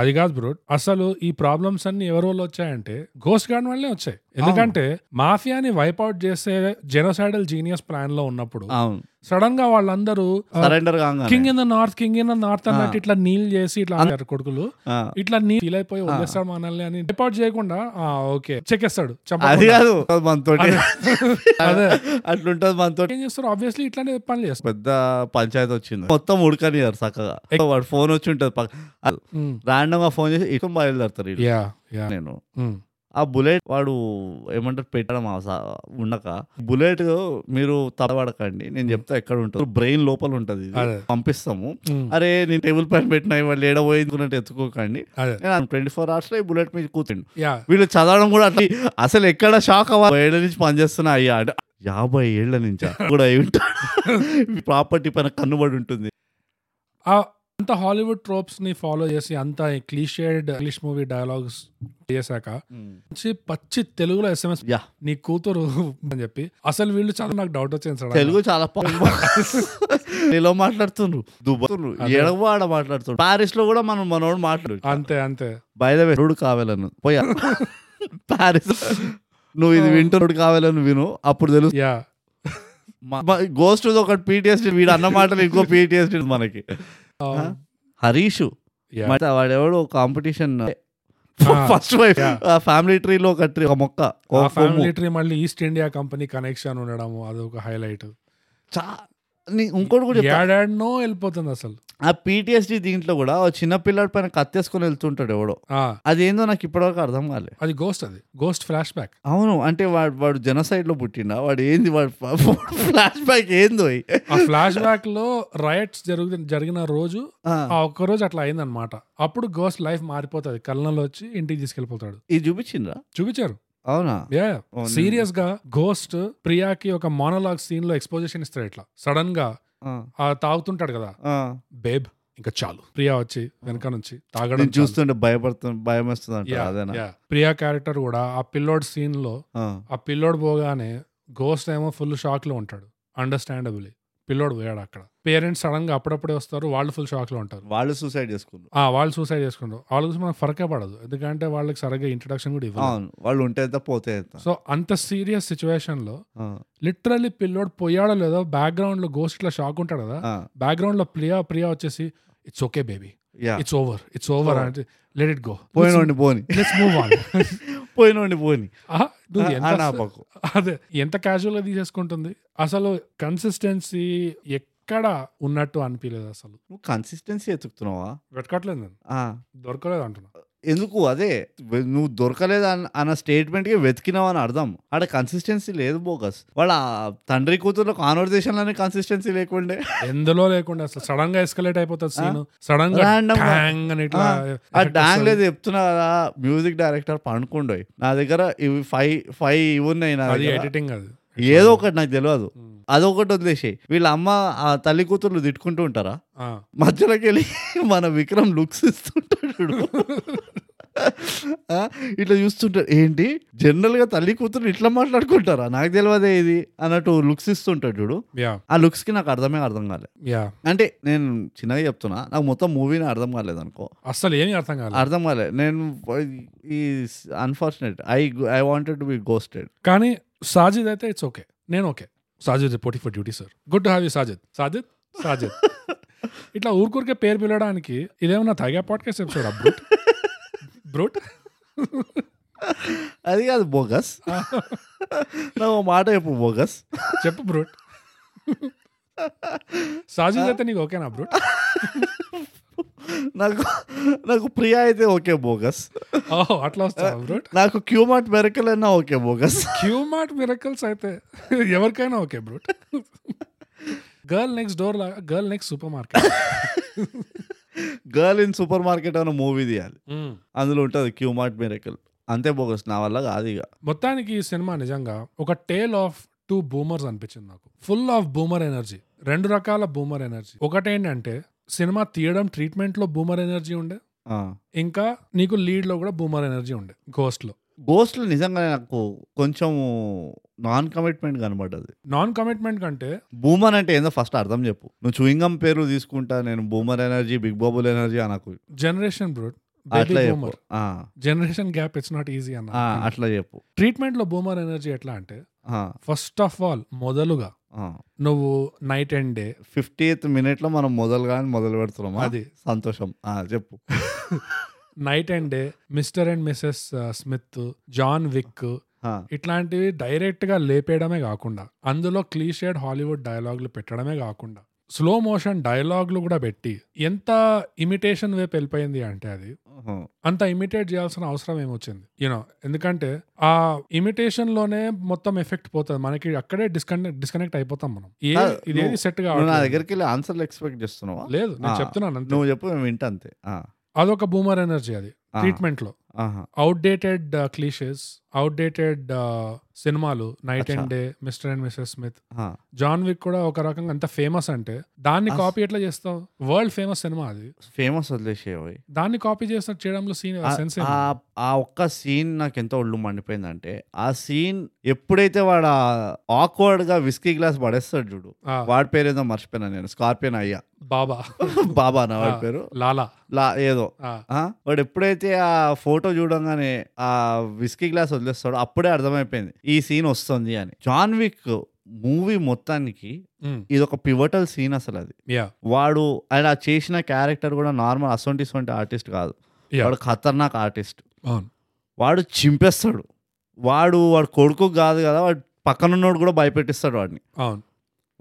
అది కాదు బ్రో అసలు ఈ ప్రాబ్లమ్స్ అన్ని ఎవరి వల్ల వచ్చాయంటే గోస్ట్ గార్డ్ వల్లే వచ్చాయి ఎందుకంటే మాఫియాని వైపౌట్ చేసే జెనోసైడల్ జీనియస్ ప్లాన్ లో ఉన్నప్పుడు
అవును
సడన్ గా వాళ్ళందరూ
సరెండర్ కాగానే
king in the north king in the north అన్నట్టు ఇట్లా నీల్ చేసి ఇట్లా అంటారు కొడుకులు
ఆ.
ఇట్లా నీల్ ఫీల్ అయిపోయి వదిలేస్తాడు మనల్ని అని డిపార్ట్ చేయకుండా ఆ ఓకే చెక్కేస్తాడు
అది
చంపకుండా.
కాదు మనతోటి
అదే.
అట్లుంటది మనతోటి
ఏం చేస్తారు ఆబ్వియస్లీ ఇట్లానే పని చేస్తారు
పెద్ద పంచాయతీ వచ్చింది మొత్తం ఉడకనియారు చక్కగా
ఎక్-
వాడు ఫోన్ వచ్చి ఉంటుంది పక్క రాండమ్ గా ఫోన్ చేసి ఇటు బయలుదేరుతారు వీళ్ళు.
యా యా
నేను ఆ బుల్లెట్ వాడు ఏమంటారు పెట్టడం అవస- ఉండక బుల్లెట్ మీరు తడబడకండి నేను చెప్తా ఎక్కడ ఉంటుంది బ్రెయిన్ లోపల ఉంటుంది ఇది.
అదే.
పంపిస్తాము అరే నేను టేబుల్ పైన పెట్టినా వాళ్ళు ఏడబోయించుకున్నట్టు ఎత్తుకోకండి
అదే
నేను ట్వంటీ ఫోర్ అవర్స్ లో ఈ బుల్లెట్ మీద కూర్చుండు
యా
వీళ్ళు చదవడం కూడా అట్లా అసలు ఎక్కడ షాక్ అవ్వాలి ఏళ్ళ నుంచి పనిచేస్తున్నా అయ్యా అంటే యాభై ఏళ్ల నుంచి కూడా అయి ఉంటాడు ప్రాపర్టీ పైన కన్నుబడి ఉంటుంది
ఆ అంత హాలీవుడ్ ట్రోప్స్ ని ఫాలో చేసి అంత క్లీషేడ్ ఇంగ్లీష్ మూవీ డైలాగ్స్ చేశాక మంచి పచ్చి తెలుగులో ఎస్ఎంఎస్
యా.
నీ కూతురు అని చెప్పి అసలు వీళ్ళు చాలా నాకు డౌట్ వచ్చింది సార్
తెలుగు చాలా తెలుగులో మాట్లాడుతుండ్రు దుబాయ్
అదే.
ఎడవ ఆడ మాట్లాడుతుండ్రు పారిస్ లో కూడా మనం మనోడు మాట్లాడు
అంతే అంతే
బయలువే రోడ్డు కావాలను పోయా పారిస్ నువ్వు ఇది వింటున్నాడు కావాలని విను అప్పుడు తెలుసు
యా
గోస్ట్ ఒకటి పీటీఎస్డీ వీడు అన్న మాటలు ఇంకో పీటీఎస్డీ మనకి హరీషు
Yeah.
మరి వాడెవడు competition
Ah,
first wife
yeah.
Family ట్రీలో ఒక ట్రీ ఒక మొక్క ఒక కొమ్ము.
ఫ్యామిలీ ట్రీ మళ్ళీ ఈస్ట్ ఇండియా కంపెనీ కనెక్షన్ ఉండడం అదొక హైలైట్
చా- నీ- ఇంకోటి కూడా చెప్తా.
ఏడాడ్నో వెళ్ళిపోతుంది అసలు
ఆ పీటీఎస్డీ దీంట్లో కూడా ఓ చిన్న పిల్లాడి పైన కత్తేసుకొని వెళ్తుంటాడు ఎవడో
ఆ,
అదేందో నాకు ఇప్పటివరకు అర్థం కాలే
అది గోస్ట్ అది గోస్ట్ ఫ్లాష్ బ్యాక్
అవును అంటే వాడు వాడు జనసైడ్ లో పుట్టిండా వాడు ఏంది వాడు ఫ్లాష్ బ్యాక్ ఏందో ఈ?
ఆ ఫ్లాష్ బ్యాక్ లో రయట్స్ జరుగు జరిగిన రోజు
ఆ,
ఆ ఒక్క రోజు అట్లా అయిందనమాట అప్పుడు గోస్ట్ లైఫ్ మారిపోతుంది కళ్ళలో వచ్చి ఇంటికి తీసుకెళ్ళిపోతాడు
ఇది చూపించిండ్రా
చూపించారు
అవునా
యా
Oh, no.
సీరియస్ గా గోస్ట్ ప్రియాకి ఒక మోనోలాగ్ సీన్ లో ఎక్స్పోజిషన్ ఇస్తాడు ఇట్లా సడన్ గా
ఆ,
ఆ తాగుతుంటాడు కదా
ఆ.
బేబ్ ఇంకా చాలు ప్రియా వచ్చి వెనక నుంచి తాగడం
నేను చూస్తుంటే భయపడుతు భయం వస్తుంది
చాలు. Yeah,
అదేనా
yeah. ప్రియా క్యారెక్టర్ కూడా ఆ పిల్లోడ్ సీన్ లో
ఆ,
ఆ పిల్లోడు పోగానే గోస్ట్ ఏమో ఫుల్ షాక్ లో ఉంటాడు అండర్స్టాండబుల్లీ పిల్లోడు పోయాడు అక్కడ పేరెంట్స్ సడన్ గా అప్పుడప్పుడే వస్తారు వాళ్ళు ఫుల్ షాక్ లో ఉంటారు
వాళ్ళు సూసైడ్ చేసుకున్నారు
ఆ వాళ్ళు సూసైడ్ చేసుకుంటారు వాళ్ళ గురించి మనకు ఫరకే పడదు ఎందుకంటే వాళ్ళకి సరిగ్గా ఇంట్రడక్షన్ కూడా ఇవ్వాలి
అవును వాళ్ళు ఉంటే ఎంత పోతే ఎంత
సో అంత సీరియస్ సిచ్యువేషన్ లో
ఆ,
లిటరల్లీ పిల్లోడు పోయాడో లేదో బ్యాక్గ్రౌండ్ లో గోస్ట్ ఇట్లా షాక్ ఉంటాడు కదా
ఆ,
బ్యాక్గ్రౌండ్ లో ప్రియా ప్రియా వచ్చేసి it's okay baby
yeah.
It's over it's over అంటే లెట్ ఇట్ గో
పోయినోడిని పోని
లెట్స్ మూవ్ ఆన్
పోయినోడిని పోని ఆ, నా
ఎంత
పక్కు
అదే ఎంత క్యాజువల్ గా తీసేసుకుంటుంది అసలు కన్సిస్టెన్సీ ఎక్కడ ఉన్నట్టు అనిపించలేదు అసలు
నువ్వు కన్సిస్టెన్సీ ఎత్తుకుతున్నావా
వెతకట్లేదు నేను
ఆ,
దొరకలేదు అంటున్నా
ఎందుకు అదే వె- నువ్వు దొరకలేదు అన్న- అన్న స్టేట్మెంట్కి వెతికినావు అని అర్థం ఆడ కన్సిస్టెన్సీ లేదు బోగస్ వాళ్ళ తండ్రి కూతురు కాన్వర్జేషన్లోనే కన్సిస్టెన్సీ లేకుండే
ఎందులో లేకుండా అసలు సడన్ గా ఎస్కలేట్ అయిపోతుంది సీన్ సడన్ గా
Random గా.
ట్యాంగ్ అని ఇట్లా
ఆ, ఆ డాంగ్ లేదు చెప్తున్నా కదా మ్యూజిక్ డైరెక్టర్ పండుకుండోయ్ నా దగ్గర ఇవి ఫైవ్ ఫైవ్ ఇవి ఉన్నాయి నా
అది
దగ్గర
ఎడిటింగ్ అది
ఏదో ఒకటి నాకు తెలియదు
ఉమ్.
అదొకటి వదిలేసి వీళ్ళ అమ్మ ఆ తల్లి కూతుర్లు తిట్టుకుంటూ ఉంటారా
ఆ.
మధ్యలోకి వెళ్ళి మన విక్రమ్ లుక్స్ ఇస్తుంటాడు చూడు. ఆ, ఇట్లా చూస్తుంటాడు ఏంటి జనరల్ గా తల్లి కూతురు ఇట్లా మాట్లాడుకుంటారా నాకు తెలియదే ఇది అన్నట్టు లుక్స్ ఇస్తుంటాడు చూడు
యా
ఆ లుక్స్ కి నాకు అర్థమే అర్థం కాలే
యా
అంటే నేను చిన్నగా చెప్తున్నా నాకు మొత్తం మూవీని అర్థం కాలేదు అనుకో
అస్సలు ఏమీ అర్థం కాలేదు
అర్థం కాలే నేను ఈ unfortunate I I wanted to be ghosted
కానీ సాజిద్ అయితే ఇట్స్ ఓకే నేను okay Sajid reporting for duty sir good to have you Sajid Sajid Sajid ఇట్లా ఊరికూరికే పేరు పిలవడానికి ఇదేమన్నా తగా పాడ్కాస్ట్ ఎపిసోడ్ బ్రూట్ బ్రూట్
అది కాదు బోగస్ నాకు ఒక మాట చెప్పు బోగస్
చెప్పు బ్రూట్ సాజిద్ అయితే నీకు ఓకేనా బ్రూట్
నాకు నాకు ప్రియా అయితే ఓకే బోగస్
ఓహో అట్లా వస్తా బ్రూట్
నాకు క్యూమార్ట్ మెరకల్ అయినా okay bogus
Q Mart miracles అయితే ఎవరికైనా okay brute girl next door లాగా girl next supermarket
girl in supermarket అనే మూవీ తీయాలి అందులో ఉంటుంది క్యూ మార్ట్ మిరకల్ అంతే బోగస్ నా వల్ల కాదు ఇక
మొత్తానికి ఈ సినిమా నిజంగా ఒక టేల్ ఆఫ్ టూ బూమర్స్ అనిపించింది నాకు ఫుల్ ఆఫ్ బూమర్ ఎనర్జీ రెండు రకాల బూమర్ ఎనర్జీ ఒకటేంటంటే సినిమా తీయడం ట్రీట్మెంట్ లో బూమర్ ఎనర్జీ ఉండే ఇంకా నీకు లీడ్ లో కూడా బూమర్ ఎనర్జీ ఉండే గోస్ట్ లో
గోస్ట్లు నిజంగా నాకు కొంచెం నాన్ కమిట్మెంట్ కనబడ్డది
నాన్ కమిట్మెంట్ కంటే
బూమర్ అంటే ఏందో ఫస్ట్ అర్థం చెప్పు నువ్వు చూయింగం పేరు తీసుకుంటా నేను boomer energy big bubble energy అనకు
జనరేషన్ బ్రూట్
అట్లా చెప్పు
బూమర్
ఆ,
generation gap it's not easy
ఆ,
అన్న
అట్లా చెప్పు
ట్రీట్మెంట్ లో బూమర్ ఎనర్జీ ఎట్లా అంటే ఫస్ట్ ఆఫ్ ఆల్ మొదలుగా నువ్వు night and day
fiftieth minute లో మనం మొదలు కానీ మొదలు పెడుతున్నామా
అది
సంతోషం ఆ, చెప్పు
night and day Mr and Mrs Smith John Wick
ఆ,
ఇట్లాంటివి డైరెక్ట్ గా లేపేయడమే కాకుండా అందులో క్లీషేడ్ హాలీవుడ్ డైలాగులు పెట్టడమే కాకుండా స్లో మోషన్ డైలాగులు కూడా పెట్టి ఎంత ఇమిటేషన్ వైపు వెళ్ళిపోయింది అంటే అది
ఆహా.
అంత ఇమిటేట్ చేయాల్సిన అవసరం ఏమొచ్చింది యూనో ఎందుకంటే ఆ ఇమిటేషన్ లోనే మొత్తం ఎఫెక్ట్ పోతుంది మనకి అక్కడే డిస్కనెక్ట్ డిస్కనెక్ట్ అయిపోతాం మనం ఏ
కాదు,
ఇదేది
నువ్వు-
సెట్
నువ్వు నా
కావాలి
దగ్గరికి వెళ్ళి ఆన్సర్లు ఎక్స్పెక్ట్ చేస్తున్నావా
లేదు నేను
ఆ,
చెప్తున్నాను అంతే
నువ్వు చెప్పు మేము వింటా అంతే ఆ,
అదొక బూమర్ ఎనర్జీ అది
ఆ,
ట్రీట్మెంట్ లో
ఆహా.
అవుట్డేటెడ్ క్లీషెస్ అవుట్డేటెడ్ సినిమాలు నైట్
అచ్చా.
And day Mr and missus Smith
ఆ,
జాన్ విక్ కూడా ఒక రకంగా అంత ఫేమస్ అంటే దాన్ని
అస్-
కాపీ ఎట్లా చేస్తావు వరల్డ్ ఫేమస్ సినిమా అది
ఫేమస్ వదిలేసేవి
దాన్ని కాపీ చేసిన చేయడంలో సీన్
ఆ-
సెన్స్
ఆ- ఆ ఒక్క సీన్ నాకు ఎంత ఒళ్ళు మండిపోయిందంటే ఆ సీన్ ఎప్పుడైతే వాడు ఆక్వర్డ్ గా విస్కీ గ్లాస్ పడేస్తాడు చూడు వాడి పేరు ఏదో మర్చిపోయినా నేను స్కార్పియన్ అయ్యా
బాబా
బాబా నా వాడి
ఆ.
పేరు
లాలా
లా ఏదో
ఆ,
ఆ, వాడు ఎప్పుడైతే ఆ ఫోటో చూడంగానే ఆ విస్కీ గ్లాస్ వదిలేస్తాడో అప్పుడే అర్థమైపోయింది ఈ సీన్ వస్తుంది అని జాన్ విక్ మూవీ మొత్తానికి
ఉమ్,
ఇది ఒక పివటల్ సీన్ అసలు అది
యా
వాడు అలా చేసిన క్యారెక్టర్ కూడా నార్మల్ అసొంటి ఇసొంటి ఆర్టిస్ట్ కాదు
Yeah.
వాడు ఖతర్నాక్ ఆర్టిస్ట్
అవును
వాడు చింపేస్తాడు వాడు వాడు కొడుకు కాదు కదా వాడు పక్కనున్నోడు కూడా భయపెట్టిస్తాడు వాడిని
అవును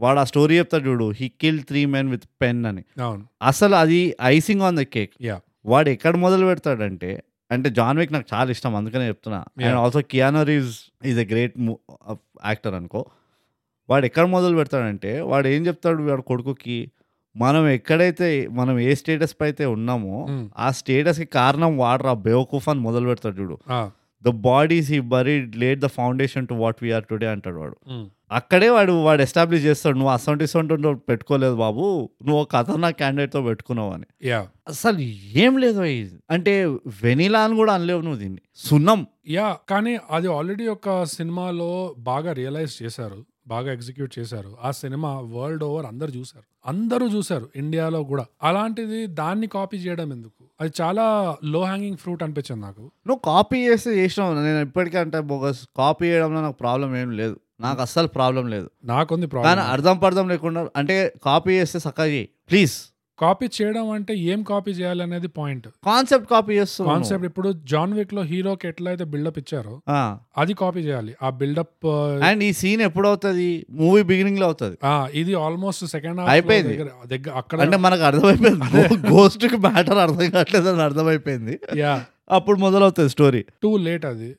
వాడు ఆ స్టోరీ చెప్తాడు చూడు he kill three men with pen అని
అవును
అసలు అది icing on the cake
Yeah.
వాడు ఎక్కడ మొదలు పెడతాడంటే అంటే జాన్ విక్ నాకు చాలా ఇష్టం అందుకనే చెప్తున్నా and
Yeah.
Also Keanu Reeves is a great actor uh, అనుకో వాడు ఎక్కడ మొదలు పెడతాడంటే వాడు ఏం చెప్తాడు వాడు కొడుకుకి మనం ఎక్కడైతే మనం ఏ స్టేటస్ పై అయితే ఉన్నామో
ఉమ్,
ఆ స్టేటస్కి కారణం వాడరా బేవకూఫ్ అని మొదలు పెడతాడు చూడు
ఆ,
the bodies he buried laid the foundation to what we are today అంటాడు వాడు
ఉమ్,
అక్కడే వాడు వాడు ఎస్టాబ్లిష్ చేస్తాడు నువ్వు అసొంటి ఇసొంటి పెట్టుకోలేదు బాబు నువ్వు కథ నా క్యాండిడేట్తో పెట్టుకున్నావు అని
యా
అసలు ఏం లేదు ఇది అంటే వెనిలా అని కూడా అనలేవు నువ్వు దీన్ని సున్నం
యా కానీ అది ఆల్రెడీ ఒక సినిమాలో బాగా రియలైజ్ చేశారు బాగా ఎగ్జిక్యూట్ చేశారు ఆ సినిమా వరల్డ్ ఓవర్ అందరు చూశారు అందరూ చూశారు ఇండియాలో కూడా అలాంటిది దాన్ని కాపీ చేయడం ఎందుకు అది చాలా లో హ్యాంగింగ్ ఫ్రూట్ అనిపించింది నాకు
నువ్వు కాపీ చేస్తే చేసినావు నేను ఇప్పటికీ అంటే బోగస్ కాపీ చేయడంలో నాకు ప్రాబ్లం ఏం లేదు నాకు అస్సలు ప్రాబ్లం లేదు
నాకుంది
కానీ
ప్రాబ్లం
అర్థం పర్థం లేకుండా అంటే కాపీ చేస్తే చక్కగా చేయి ప్లీజ్
కాపీ చేయడం అంటే ఏం కాపీ చేయాలి అనేది పాయింట్
కాన్సెప్ట్ కాపీ చేస్తున్నావు
కాన్సెప్ట్ ఇప్పుడు జాన్ విక్ లో హీరోకి ఎట్లా అయితే బిల్డప్ ఇచ్చారో అది కాపీ చేయాలి ఆ బిల్డప్
అండ్ ఈ సీన్ ఎప్పుడవుతుంది మూవీ బిగినింగ్ లో అవుతుంది
ఇది ఆల్మోస్ట్ సెకండ్
అయిపోయింది.
దగ్గర
అంటే
అక్కడ
మనకు అర్థమైపోయింది గోస్ట్ కి మ్యాటర్ అర్థం కావట్లేదు అని అర్థమైపోయింది
యా
అప్పుడు మొదలవుతుంది స్టోరీ
టూ లేట్ అది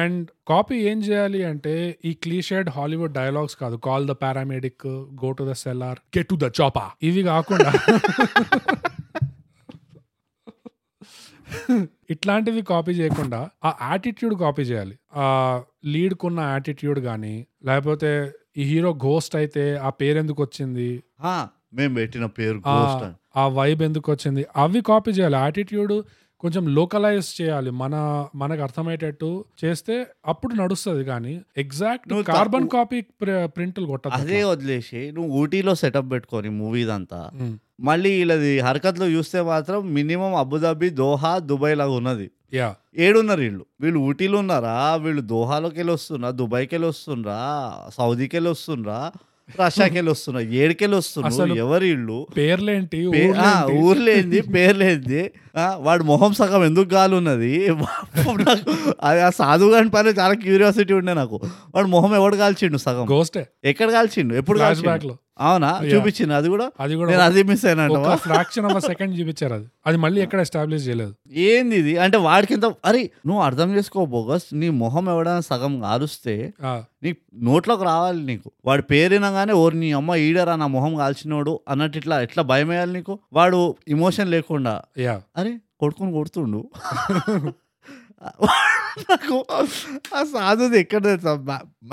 అండ్ కాపీ ఏం చేయాలి అంటే ఈ క్లీషెడ్ హాలీవుడ్ డైలాగ్స్ కాదు call the paramedic go to the cellar get to the chopper ఇవి కాకుండా ఇట్లాంటివి కాపీ చేయకుండా ఆ యాటిట్యూడ్ కాపీ చేయాలి ఆ లీడ్కున్న యాటిట్యూడ్ కానీ లేకపోతే ఈ హీరో ఘోస్ట్ అయితే ఆ పేరు ఎందుకు వచ్చింది
మేము పెట్టిన పేరు
ఆ-
గోస్ట్ అని
ఆ వైబ్ ఎందుకు వచ్చింది అవి కాపీ చేయాలి యాటిట్యూడ్ కొంచెం లోకలైజ్ చేయాలి మన మనకు అర్థమయ్యేటట్టు చేస్తే అప్పుడు నడుస్తుంది కానీ ఎగ్జాక్ట్
నువ్వు
కార్బన్
తప్పు-
కాపీ ప్రింట్లు కొట్టదు
అదే వదిలేసి నువ్వు ఊటీలో సెటప్ పెట్టుకొని మూవీ ఇదంతా
ఉమ్,
మళ్ళీ వీళ్ళది హరకత్లు చూస్తే మాత్రం మినిమం అబుదాబి దోహా దుబాయ్ లాగా ఉన్నది
యా
ఏడున్నారు వీళ్ళు వీళ్ళు ఊటీలో ఉన్నారా వీళ్ళు దోహాలోకి వెళ్ళి వస్తున్నా దుబాయ్కి వెళ్ళి వస్తుండ్రా సౌదీకి వెళ్ళి వస్తుండ్రా రష్యాకి వెళ్ళి వస్తున్నా ఏడుకెళ్ళి వస్తున్నారు
అసలు
ఎవరు వీళ్ళు
పేర్లేంటి
పే- ఆ,
ఊర్లేంటి?
ఊర్లేంది పేర్లేంది ఆ, వాడు మొహం సగం ఎందుకు గాలి ఉన్నది పాపం నాకు అది ఆ సాధువు గాని పైన చాలా క్యూరియాసిటీ ఉండే నాకు వాడు మొహం ఎవడు కాల్చిండు సగం
గోస్టే
ఎక్కడ కాల్చిండు ఎప్పుడు
ఫ్లాష్
కాల్చిండు
బ్యాక్ లో
అవునా
Yeah.
చూపించింది అది కూడా
అది
నేను
కూడా
అది మిస్ అయినా
ఒక ఫ్రాక్షన్ ఆఫ్ సెకండ్ చూపించారు అది అది మళ్ళీ ఎక్కడ ఎస్టాబ్లిష్ చేయలేదు
ఏంది ఇది అంటే వాడికి ఎంత అరే నువ్వు అర్థం చేసుకో బోగస్ నీ మొహం ఎవడైనా సగం కాలుస్తే
ఆ,
నీ నోట్లోకి రావాలి నీకు వాడు పేరినగానే ఓరి నీ అమ్మ ఈడరా నా మొహం కాల్చినోడు అన్నట్టు ఇట్లా ఎట్లా భయం వేయాలి నీకు వాడు ఇమోషన్ లేకుండా
యా
అరే కొడుకుని కొడుతుండు నాకు ఆ సాధుది ఎక్కడ తెలుసా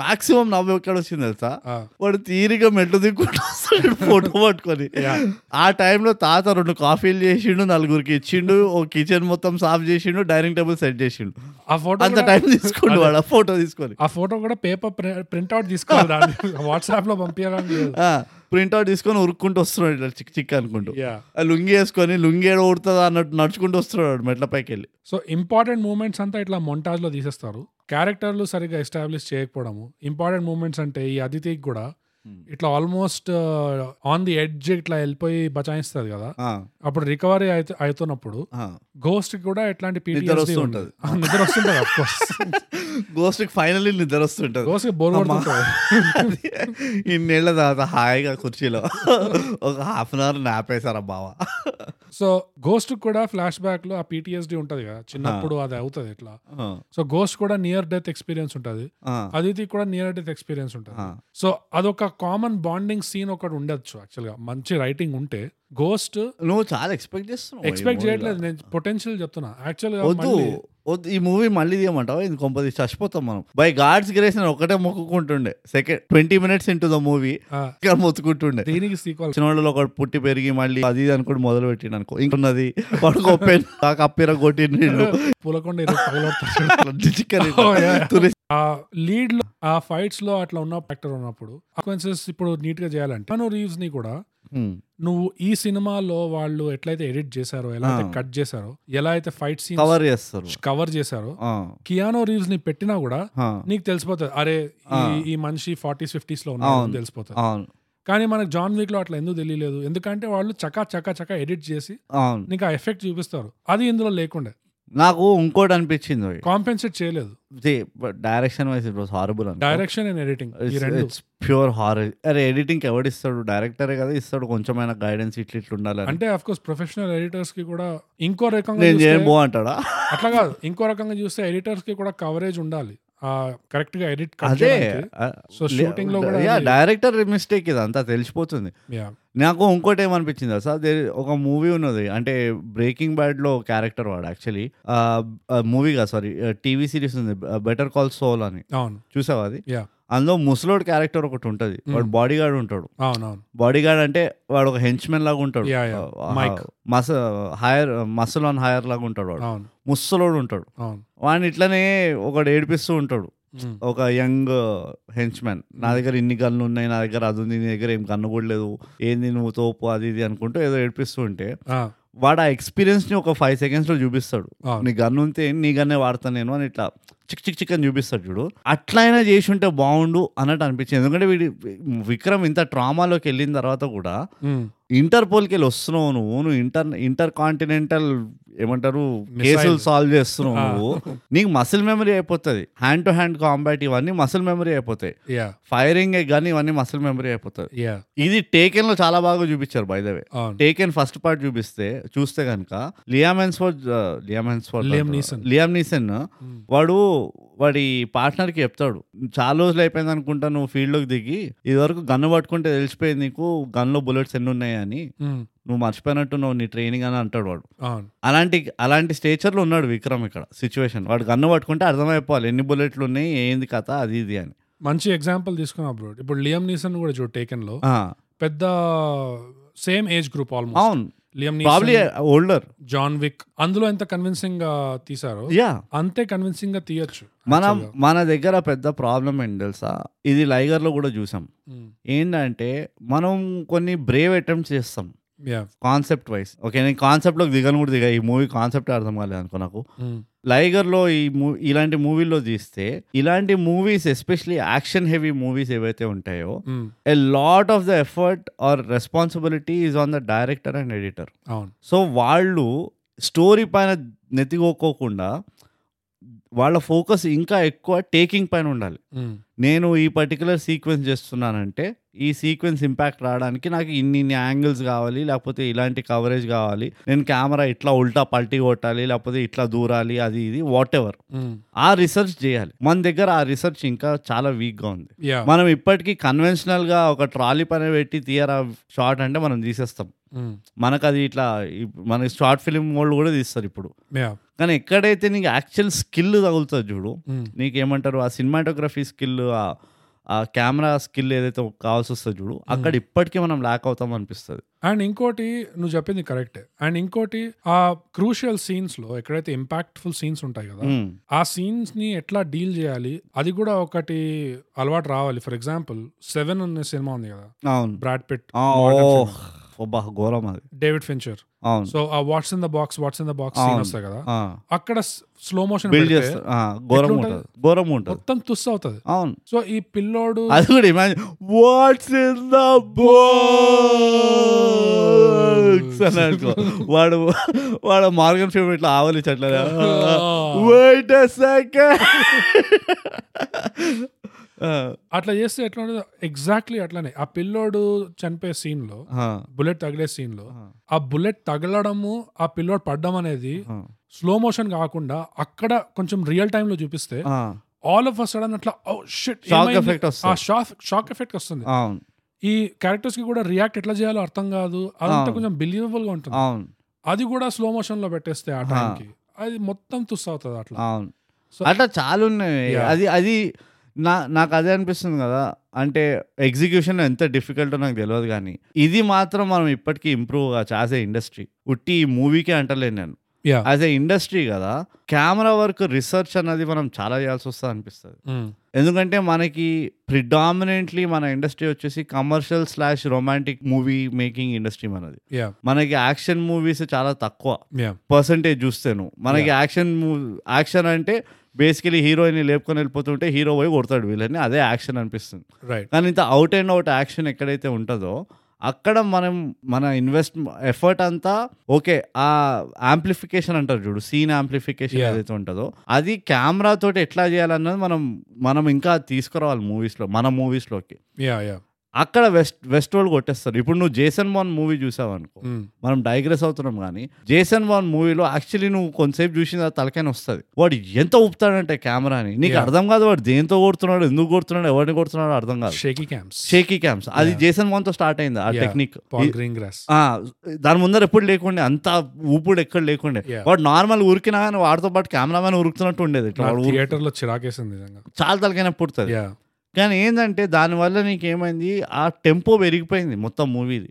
మాక్సిమం నవ్వు ఎక్కడ వచ్చింది తెలుసా
ఆ,
వాడు తీరిగా మెట్లు దిక్కుంటూ వస్తాడు ఫోటో పట్టుకొని
Yeah.
ఆ టైంలో తాత రెండు కాఫీలు చేసిండు నలుగురికి ఇచ్చిండు ఓ కిచెన్ మొత్తం సాఫ్ చేసిండు డైనింగ్ టేబుల్ సెట్ చేసిండు
ఆ ఫోటో
అంత టైం తీసుకుండు వాడు ఆ ఫోటో తీసుకొని
ఆ ఫోటో కూడా పేపర్ ప్రింట్అవుట్ తీసుకోవాలి దాన్ని వాట్సాప్ లో పంపించడానికి లేదు
ప్రింట్అవుట్ తీసుకొని ఉరుక్కుంటూ వస్తున్నాడు ఇట్లా చిక్ చిక్ అనుకుంటూ
యా
ఆ లుంగి వేసుకొని లుంగి ఏడ ఉడుతుందా అన్నట్టు నడుచుకుంటూ వస్తున్నాడు వాడు మెట్లపైకి వెళ్ళి
సో ఇంపార్టెంట్ మూమెంట్స్ అంతా ఇట్లా మొంటాజ్ లో తీసేస్తారు క్యారెక్టర్లు సరిగ్గా ఎస్టాబ్లిష్ చేయకపోవడము ఇంపార్టెంట్ మూమెంట్స్ అంటే ఈ అదితికి కూడా
Hmm.
ఇట్లా ఆల్మోస్ట్ ఆన్ ది ఎడ్జ్ ఇట్లా వెళ్ళిపోయి బచాయిస్తుంది కదా
ఆ,
అప్పుడు రికవరీ అయితే అవుతున్నప్పుడు
ఆ.
గోస్ట్ కూడా ఎట్లాంటి PTSD
నిద్ర వస్తూ
ఉండదు.
ఉంటది.
ఆ, నిద్ర వస్తుంటది అఫ్ కోర్స్
గోస్ట్కి ఫైనల్లీ నిద్ర వస్తుంటది
గోస్ట్ బోర్
అమ్మా.
కొడుతుంటది
అది ఇన్నేళ్ల తర్వాత హాయిగా కుర్చీలో ఒక హాఫ్ అన్ అవర్ నాపేశారా బావా
సో గోస్ట్ కూడా ఫ్లాష్ బ్యాక్ లో ఆ పీటీఎస్డి ఉంటది కదా చిన్నప్పుడు అది అవుతుంది ఇట్లా
ఆ,
సో గోస్ట్ కూడా నియర్ డెత్ ఎక్స్పీరియన్స్ ఉంటది
ఆ,
అదితి కూడా నియర్ డెత్ ఎక్స్పీరియన్స్ ఉంటది
ఆ.
సో అదొక కామన్ బాండింగ్ సీన్ ఒకటి ఉండొచ్చు actual గా మంచి రైటింగ్ ఉంటే గోస్ట్
నువ్వు చాలా ఎక్స్పెక్ట్ చేస్తున్నావు ఈ
ఎక్స్పెక్ట్
movie
చేయట్లేదు
లో.
నేను పొటెన్షియల్ చెప్తున్నా యాక్చువల్
వద్దు వద్దు ఈ మూవీ మళ్ళీ తీయమంటావా ఇది కొంపది చచ్చిపోతాం మనం బై గాడ్స్ గ్రేస్ నేను ఒకటే మొక్కుకుంటుండే second twenty minutes into the movie మొత్తుకుంటుండే
దీనికి సీక్వల్
చిన్న వాళ్ళలో ఒకటి పుట్టి పెరిగి మళ్ళీ అది ఇది అనుకోండి మొదలు పెట్టిండు అనుకో ఇంకున్నది వాడుకో పెన్ కప్పిర కొట్టిండు
పూలకొండ
chicken
Oh, yeah, yeah.
Tulasi
ఆ లీడ్ లో ఆ ఫైట్స్ లో అట్లా ఉన్న యాక్టర్ ఉన్నప్పుడు సీక్వెన్సెస్ ఇప్పుడు నీట్ గా చేయాలంటే అను రీవ్స్ ని కూడా
Hmm.
నువ్వు ఈ సినిమాలో వాళ్ళు ఎట్లయితే ఎడిట్ చేశారో ఎలా అయితే
Ah.
కట్ చేశారో ఎలా అయితే ఫైట్ సీన్
కవర్ చేస్తారు
కవర్ చేశారో
ఆ,
కియానో రీవ్స్ ని పెట్టినా కూడా
ఆ,
నీకు తెలిసిపోతుంది అరే ఈ-
ఆ.
ఈ మనిషి ఫార్టీస్ ఫిఫ్టీస్ లో ఉన్నాడు
అవును.
తెలిసిపోతుంది
అవును
కానీ మనకు జాన్ వీక్ లో అట్లా ఎందుకు తెలియలేదు ఎందుకంటే వాళ్ళు చకా చకా చకా ఎడిట్ చేసి
అవును
నీకు ఆ ఎఫెక్ట్ చూపిస్తారు అది ఇందులో లేకుండా
నాకు ఇంకోటి అనిపించింది
కాంపెన్సేట్ చేయలేదు
direction wise it was horrible అండి
డైరెక్షన్ అండ్ ఎడిటింగ్ ఈ రెండు
ఇట్స్ ప్యూర్ హారర్ అరే ఎడిటింగ్ ఎవడు ఇస్తాడు డైరెక్టరే కదా ఇస్తాడు కొంచెమైనా గైడెన్స్ ఇట్లా ఇట్లా ఉండాలి అని.
అంటే అఫ్ కోర్స్ ప్రొఫెషనల్ ఎడిటర్స్ కి కూడా ఇంకో రకంగా
నేను
చూస్తే-
చేయను బో అంటాడా
అట్లా కాదు ఇంకో రకంగా చూస్తే ఎడిటర్స్ కి కూడా కవరేజ్ ఉండాలి కరెక్ట్ గా ఎడిట్
అదే
సో షూటింగ్ లో కూడా అది-
డైరెక్టర్ మిస్టేక్ ఇది అంతా తెలిసిపోతుంది
Yeah.
నాకు ఇంకోటి ఏమనిపించింది సార్ ఒక మూవీ ఉన్నది అంటే బ్రేకింగ్ బ్యాడ్ లో క్యారెక్టర్ వాడు యాక్చువల్లీ మూవీ కాదు సారీ టీవీ సిరీస్ ఉంది బెటర్ కాల్ సోల్ అని
అవును
చూసావా అది
Yeah. Hmm.
అందులో ముసలోడ్ క్యారెక్టర్ ఒకటి ఉంటుంది వాడు బాడీ గార్డ్ ఉంటాడు
అవునవును
బాడీ గార్డ్ అంటే వాడు ఒక హెంచ్మెన్ లాగా ఉంటాడు
Yeah, yeah.
ఆ,
Mike. Ah.
మస హైర్ మసల్ ఆన్ హైర్ లాగా ఉంటాడు వాడు
అవును
ముసలోడు ఉంటాడు
అవును
వాడిని ఇట్లనే ఒకడు ఏడిపిస్తూ ఉంటాడు
Mm.
ఒక యంగ్ హెంచ్మెన్ నా దగ్గర ఇన్ని గన్లు ఉన్నాయి నా దగ్గర అది ఉంది నీ దగ్గర ఏం గన్ను కూడా లేదు ఏంది నువ్వు తోపు అది ఇది అనుకుంటూ ఏదో ఏడిపిస్తూ ఉంటే
ఆ,
వాడు ఆ experience ని ఒక ఫైవ్ లో చూపిస్తాడు
అవును.
నీ గన్ను ఉంటే నీ గన్నే వాడతాను నేను అని ఇట్లా చిక్ చిక్ చిక్ అని చూపిస్తాడు చూడు అట్లయినా చేసి ఉంటే బాగుండు అన్నట్టు అనిపించింది ఎందుకంటే వీడి విక్రమ్ ఇంత ట్రామాలోకి వెళ్ళిన తర్వాత కూడా
Mm.
ఇంటర్పోల్కి వెళ్ళి వస్తున్నావు నువ్వు నువ్వు ఇంటర్ ఇంటర్ కాంటినెంటల్ ఏమంటారు
Missile.
కేసులు సాల్వ్ చేస్తున్నావు
Ah.
నువ్వు నీకు మసిల్ మెమరీ అయిపోతుంది హ్యాండ్ టు హ్యాండ్ కాంబాట్ ఇవన్నీ మసిల్ మెమరీ అయిపోతాయి
Yeah.
ఫైరింగ్ కానీ ఇవన్నీ మసిల్ మెమరీ అయిపోతుంది
Yeah.
ఇది టేకెన్ లో చాలా బాగా చూపించారు బై ద వే
అవును
టేకెన్ ఫస్ట్ పార్ట్ చూపిస్తే చూస్తే కనుక Liam Hemsworth Liam Hemsworth
Liam Neeson.
Liam Neeson
Mm.
వాడు వాడి partner కి చెప్తాడు చాలా రోజులు అయిపోయింది అనుకుంటా నువ్వు field లోకి దిగి ఇది వరకు గన్ను పట్టుకుంటే తెలిసిపోయింది నీకు గన్లో బుల్లెట్స్ ఎన్ని ఉన్నాయని
Mm.
నువ్వు మర్చిపోయినట్టు నువ్వు నీ ట్రైనింగ్ అని అంటాడు వాడు
అవును
అలాంటి అలాంటి స్టేచర్లో ఉన్నాడు విక్రమ్ ఇక్కడ సిచ్యువేషన్ వాడు గన్ను పట్టుకుంటే అర్థమైపోవాలి ఎన్ని బుల్లెట్లు ఉన్నాయి ఏంది కథ అది ఇది అని
మంచి ఎగ్జాంపుల్ తీసుకున్నా బ్రో ఇప్పుడు లియం నీసన్ కూడా చూడు టేకెన్ లో
ఆ,
పెద్ద సేమ్ ఏజ్ గ్రూప్ ఆల్మోస్ట్
అవును
Liam
probably
Neeson
older
John Wick అందులో ఎంత కన్విన్సింగ్ గా తీసారో
యా
అంతే కన్విన్సింగ్ గా తీయొచ్చు
మనం
actually గా.
మన దగ్గర పెద్ద ప్రాబ్లం ఏంటి తెలుసా ఇది లైగర్లో కూడా చూసాం
Mm.
ఏంటంటే మనం కొన్ని బ్రేవ్ అటెంప్ట్స్ చేస్తాం
Yeah.
కాన్సెప్ట్ వైజ్ ఓకే నేను కాన్సెప్ట్లోకి దిగను కూడా దిగా ఈ మూవీ కాన్సెప్ట్ అర్థం కాలేదు అనుకో నాకు
Mm.
లైగర్లో ఈ మూ ఇలాంటి మూవీల్లో తీస్తే ఇలాంటి movies especially action heavy movies ఏవైతే ఉంటాయో
Mm.
A lot of the effort or responsibility is on the director and editor
అవును
సో వాళ్ళు స్టోరీ పైన నెత్తిగోకోకుండా వాళ్ళ ఫోకస్ ఇంకా ఎక్కువ టేకింగ్ పైన ఉండాలి
Hmm.
నేను ఈ పర్టికులర్ సీక్వెన్స్ చేస్తున్నానంటే ఈ సీక్వెన్స్ ఇంపాక్ట్ రావడానికి నాకు ఇన్ని ఇన్ని యాంగిల్స్ కావాలి లేకపోతే ఇలాంటి కవరేజ్ కావాలి నేను కెమెరా ఇట్లా ఉల్టా పల్టీ కొట్టాలి లేకపోతే ఇట్లా దూరాలి అది ఇది వాట్ ఎవర్
Hmm.
ఆ రీసెర్చ్ చేయాలి మన దగ్గర ఆ రీసెర్చ్ ఇంకా చాలా వీక్గా ఉంది
యా
మనం ఇప్పటికీ కన్వెన్షనల్ గా ఒక ట్రాలీ పైన పెట్టి తీయరా షార్ట్ అంటే మనం తీసేస్తాం
Hmm.
మనకు అది ఇట్లా ఇప్- మనకి షార్ట్ ఫిలిం మోడ్ కూడా తీస్తారు ఇప్పుడు
యా
కానీ ఎక్కడైతే నీకు యాక్చువల్ స్కిల్ తగులుతుంది చూడు
Hmm.
నీకేమంటారు ఆ సినిమాటోగ్రఫీ స్కిల్ ఆ కెమెరా స్కిల్ ఏదైతే కావాల్సి వస్తుంది చూడు అక్కడ ఇప్పటికీ మనం ల్యాక్ అవుతాం అనిపిస్తుంది
అండ్ ఇంకోటి నువ్వు చెప్పింది కరెక్టే అండ్ ఇంకోటి ఆ క్రూషియల్ సీన్స్ లో ఎక్కడైతే ఇంపాక్ట్ఫుల్ సీన్స్ ఉంటాయి కదా
మ్మ్.
ఆ సీన్స్ ని ఎట్లా డీల్ చేయాలి అది కూడా ఒకటి అలవాటు రావాలి ఫర్ ఎగ్జాంపుల్ సెవెన్ అనే సినిమా ఉంది కదా
అవును
బ్రాడ్ పిట్
ఆ,
Morgan
ఓ,
Freeman,
అబ్బా ఘోరం అది
డేవిడ్ ఫించర్
అవును
సో ఆ what's in the box what's in the box scene
అవును.
వస్తాయి కదా అక్కడ స్లో మోషన్
బిల్డ్ చేస్తారు ఆ, ఘోరం
ఎట్లుంటది?
ఉంటుంది ఘోరం ఉంటుంది
మొత్తం తుస్ అవుతుంది
అవును
సో ఈ పిల్లోడు
అది కూడా imagine what's in the box అని అనుకో వాడు వాడు మార్గన్ ఫ్రీమన్ ఇట్లా ఆవలి చెట్ల వెయిట్ సెకండ్ Uh,
అట్లా చేస్తే ఎట్లా ఉంటుంది ఎగ్జాక్ట్లీ అట్లానే ఆ పిల్లోడు చనిపోయే సీన్ లో బుల్లెట్ తగిలే సీన్ లో ఆ బుల్లెట్ తగలడము ఆ పిల్లోడు పడ్డం అనేది స్లో మోషన్ కాకుండా అక్కడ కొంచెం రియల్ టైమ్ లో చూపిస్తే ఆల్ ఆఫ్ సడన్ అట్లా "Oh, shit,
Shock
ఏమైంది?"
effect వస్తుంది.
ఆ షాక్ షాక్ ఎఫెక్ట్ వస్తుంది
అవును
ఈ క్యారెక్టర్స్ కి కూడా రియాక్ట్ ఎట్లా చేయాలో అర్థం కాదు అదంతా
అవును.
కొంచెం బిలీవబుల్ గా ఉంటుంది
అవును
అది కూడా స్లో మోషన్ లో పెట్టేస్తే ఆ time కి అది మొత్తం తుస్ అవుతుంది అట్లా
అవును
So-
అట్లా చాలా ఉన్నాయి
Yeah.
అది అది నా నాకు అదే అనిపిస్తుంది కదా అంటే ఎగ్జిక్యూషన్ ఎంత డిఫికల్టో నాకు తెలియదు కానీ ఇది మాత్రం మనం ఇప్పటికీ ఇంప్రూవ్ కావచ్చు యాజ్ ఏ ఇండస్ట్రీ ఉట్టి మూవీకే అంటలేను నేను
Yeah.
యాజ్ ఏ ఇండస్ట్రీ కదా కెమెరా వర్క్ రీసెర్చ్ అన్నది మనం చాలా చేయాల్సి వస్తుంది అనిపిస్తుంది
Mm.
ఎందుకంటే మనకి ప్రిడామినెంట్లీ మన ఇండస్ట్రీ వచ్చేసి commercial slash romantic movie making industry మనది
Yeah.
మనకి యాక్షన్ మూవీస్ చాలా తక్కువ
Yeah.
పర్సంటేజ్ చూస్తాను మనకి యాక్షన్ యాక్షన్ అంటే బేసికలీ హీరోయిన్ లేపుకొని వెళ్ళిపోతుంటే హీరో పోయి కొడతాడు వీళ్ళని అదే యాక్షన్ అనిపిస్తుంది
Right.
కానీ ఇంత అవుట్ అండ్ అవుట్ యాక్షన్ ఎక్కడైతే ఉంటుందో అక్కడ మనం మన ఇన్వెస్ట్ ఎఫర్ట్ అంతా ఓకే ఆ యాంప్లిఫికేషన్ అంటారు చూడు సీన్ యాంప్లిఫికేషన్
Yeah.
ఏదైతే ఉంటుందో అది కెమెరా తోటి ఎట్లా చేయాలన్నది మనం మనం ఇంకా తీసుకురావాలి మూవీస్లో మన మూవీస్లోకి
Yeah. Yeah.
అక్కడ వెస్ట్ వెస్ట్ వాళ్ళు కొట్టేస్తారు ఇప్పుడు నువ్వు జేసన్ బాన్ మూవీ చూసావు అనుకో
Mm.
మనం డైగ్రెస్ అవుతున్నాం కానీ జేసన్ వాన్ మూవీలో యాక్చువల్లీ నువ్వు కొంతసేపు చూసిన తర్వాత తలకైన వస్తుంది వాడు ఎంత ఊపుతాడంటే కెమెరాని నీకు
Yeah.
అర్థం కాదు వాడు దేంతో కొడుతున్నాడు ఎందుకు కొడుతున్నాడు ఎవరిని కొడుతున్నాడు అర్థం కాదు
Shaky cams.
షేకీ క్యాంప్స్ అది
Yeah.
జేసన్ వాన్ తో స్టార్ట్ అయింది ఆ
Yeah.
Technique
Paul Greengrass.
దాని ముందర ఎప్పుడు లేకుండే అంత ఊపుడు ఎక్కడ లేకుండే
Yeah.
వాడు నార్మల్ ఉరికినా కానీ వాడితో పాటు కెమెరామెన్ ఉరుకుతున్నట్టు ఉండేది ఇట్లా
నా
వాడు ఉరుకు-
థియేటర్ లో చిరాకేసింది నిజంగా
చాలా తలకైనా పుడుతుంది
యా
కానీ ఏంటంటే దానివల్ల నీకేమైంది ఆ టెంపో పెరిగిపోయింది మొత్తం మూవీది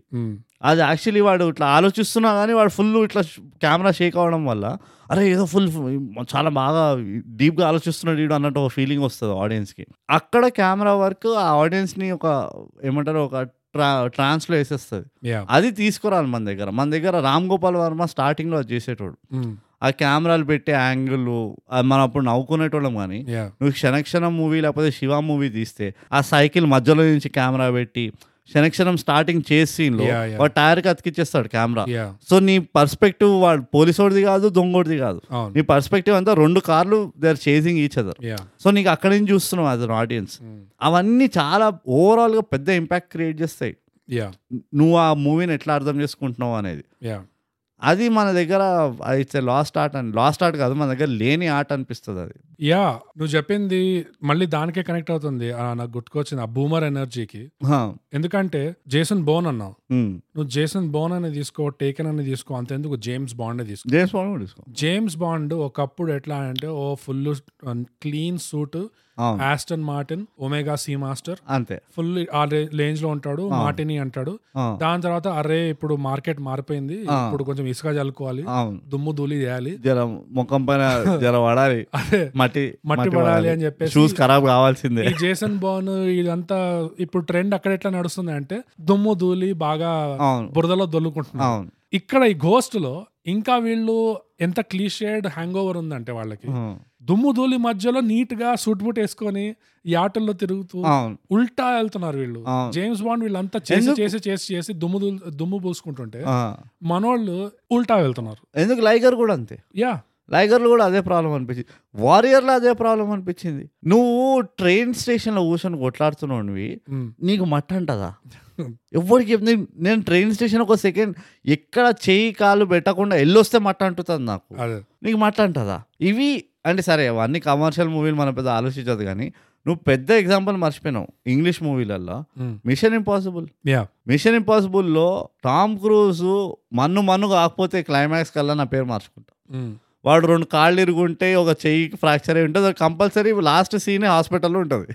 అది యాక్చువల్లీ వాడు ఇట్లా ఆలోచిస్తున్నా కానీ వాడు ఫుల్ ఇట్లా కెమెరా షేక్ అవడం వల్ల అరే ఏదో ఫుల్ చాలా బాగా డీప్గా ఆలోచిస్తున్నాడు వీడు అన్నట్టు ఒక ఫీలింగ్ వస్తుంది ఆడియన్స్కి అక్కడ కెమెరా వర్క్ ఆ ఆడియన్స్ని ఒక ఏమంటారు ఒక ట్రా ట్రాన్స్లో వేసేస్తుంది
యా
అది తీసుకురాలి మన దగ్గర మన దగ్గర రామ్ గోపాల్ వర్మ స్టార్టింగ్లో అది చేసేటోడు ఆ కెమెరాలు పెట్టే యాంగిల్ మనం అప్పుడు నవ్వుకునేటోళ్ళం కానీ
యా
నువ్వు క్షణక్షణం మూవీ లేకపోతే శివ మూవీ తీస్తే ఆ సైకిల్ మధ్యలో నుంచి కెమెరా పెట్టి క్షణక్షణం స్టార్టింగ్ చేసిన్లో
Yeah, yeah.
వాడు టైర్కి అతికిచ్చేస్తాడు కెమెరా
యా
సో నీ పర్స్పెక్టివ్ వాడు పోలీసోడిది కాదు దొంగోడిది కాదు
అవును
నీ పర్స్పెక్టివ్ అంతా రెండు కార్లు they are chasing each other
yeah
so నీకు అక్కడి నుంచి చూస్తున్నావు అదర్ ఆడియన్స్ అవన్నీ చాలా ఓవరాల్గా పెద్ద ఇంపాక్ట్ క్రియేట్ చేస్తాయి
యా
నువ్వు ఆ మూవీని ఎట్లా అర్థం చేసుకుంటున్నావు అనేది
యా
అది మన దగ్గర ఇట్స్ లాస్ట్ ఆర్ట్ అని లాస్ట్ ఆర్ట్ కాదు మన దగ్గర లేని ఆర్ట్ అనిపిస్తుంది అది
యా నువ్వు చెప్పింది మళ్ళీ దానికే కనెక్ట్ అవుతుంది ఆ, నాకు గుర్తుకొచ్చింది ఆ బూమర్ ఎనర్జీకి
హా,
ఎందుకంటే జేసన్ బోన్ అన్నావు
ఉమ్.
నువ్వు జేసన్ బోన్ అని తీసుకో టేకెన్ అని తీసుకో అంతెందుకు జేమ్స్ బాండ్ తీసుకో
జేమ్స్ బాండ్ కూడా తీసుకో
జేమ్స్ బాండ్ ఒకప్పుడు ఎట్లా అంటే ఓ ఫుల్ క్లీన్ సూట్
అవును
Aston Martin Omega Seamaster
అంతే
ఫుల్ ఆ రేంజ్ లో ఉంటాడు
అవును.
మార్టిని అంటాడు
ఆ,
దాని తర్వాత అరే ఇప్పుడు మార్కెట్ మారిపోయింది
ఆ.
ఇప్పుడు కొంచెం ఇసుక చల్లుకోవాలి
అవును
దుమ్ము ధూళి చేయాలి
జర ముఖం పైన జర పడాలి
అదే
మట్టి
మట్టి పడాలి అని చెప్పేసి
షూస్ ఖరాబ్ కావాల్సిందే
ఈ జేసన్ బోన్ ఇదంతా ఇప్పుడు ట్రెండ్ అక్కడ ఎట్లా నడుస్తుంది అంటే దుమ్ము ధూళి బాగా
అవును
బురదలో దొల్లుకుంటున్నారు
అవును
ఇక్కడ ఈ గోస్ట్ లో ఇంకా వీళ్ళు ఎంత క్లీషేడ్ హ్యాంగ్ ఓవర్ ఉందంటే వాళ్ళకి
ఉమ్,
దుమ్ము ధూళి మధ్యలో నీట్ గా సూట్ బూట్ వేసుకొని ఈ ఆటల్లో తిరుగుతూ
అవును
ఉల్టా వెళ్తున్నారు వీళ్ళు
అవును.
జేమ్స్ బాండ్ వీళ్ళంతా చేసి
ఎందుకు?
చేసి చేసి చేసి దుమ్ము ధూళి- దుమ్ము పూసుకుంటుంటే
ఆ.
మనోళ్ళు ఉల్టా వెళ్తున్నారు
ఎందుకు లైగర్ కూడా అంతే
యా
లైగర్లు కూడా అదే ప్రాబ్లం అనిపించింది వారియర్లో అదే ప్రాబ్లం అనిపించింది నువ్వు ట్రైన్ స్టేషన్లో కూర్చొని కొట్లాడుతున్నావు
ఉమ్.
నీకు మట్ట అంటదా ఎవరికి చెప్ నేను- నేను ట్రైన్ స్టేషన్ ఒక సెకండ్ ఎక్కడ చేయి కాలు పెట్టకుండా ఎల్లొస్తే మట్ట అంటుతుంది నాకు
అదే
నీకు మట్ట అంటదా ఇవి అంటే సరే అవన్నీ కమర్షియల్ మూవీలు మనం పెద్ద ఆలోచించదు కానీ నువ్వు పెద్ద ఎగ్జాంపుల్ మర్చిపోయినావు ఇంగ్లీష్ మూవీలలో
ఉమ్.
మిషన్ ఇంపాసిబుల్
యా
మిషన్ ఇంపాసిబుల్లో టామ్ క్రూజ్ మన్ను మన్ను కాకపోతే క్లైమాక్స్ కల్లా నా పేరు మార్చుకుంటా
ఉమ్.
వాడు రెండు కాళ్ళు ఇరుగుంటే ఒక చెయ్యి ఫ్రాక్చర్ అయి ఉంటుంది కంపల్సరీ లాస్ట్ సీనే హాస్పిటల్లో ఉంటుంది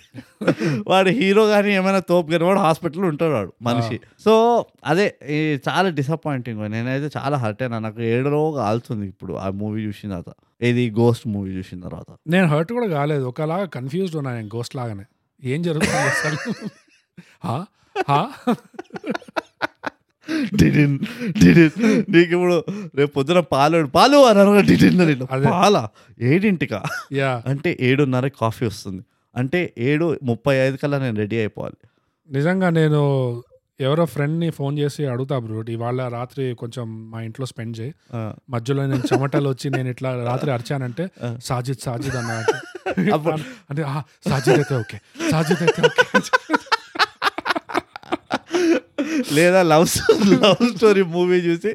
వాడు హీరో కానీ ఏమైనా తోపు కానీ వాడు హాస్పిటల్లో ఉంటాడు వాడు మనిషి సో అదే ఈ చాలా డిసప్పాయింటింగ్ నేనైతే చాలా హర్ట్ అయినా నాకు ఏడలో కాలుతుంది ఇప్పుడు ఆ మూవీ చూసిన తర్వాత ఇది గోస్ట్ మూవీ చూసిన తర్వాత
నేను హర్ట్ కూడా కాలేదు ఒకలాగా కన్ఫ్యూజ్డ్ ఉన్నా నేను గోస్ట్ లాగానే ఏం జరుగుతుంది అసలు హా? హా?
డిడిన్ డిడిన్ నీకు ఇప్పుడు రేపు పొద్దున పాలు పాలు అని అనగా డిడిన్ అని నేను.
అదే.
పాలా ఏడింటికా
యా
అంటే ఏడున్నర కాఫీ వస్తుంది అంటే ఏడు ముప్పై ఐదు కల్లా నేను రెడీ అయిపోవాలి
నిజంగా నేను ఎవరో friend ని ఫోన్ చేసి అడుగుతా బ్రో ఇవాళ రాత్రి కొంచెం మా ఇంట్లో స్పెండ్ చేయి
ఆ.
మధ్యలో నేను చెమటలు వచ్చి నేను ఇట్లా రాత్రి అరిచానంటే సాజిద్ సాజిద్ అన్న
అప్పుడు-
అంటే "ఆ, సాజిద్ అయితే ఓకే సాజిద్ అయితే ఓకే
లేదా love story love story movie చూసి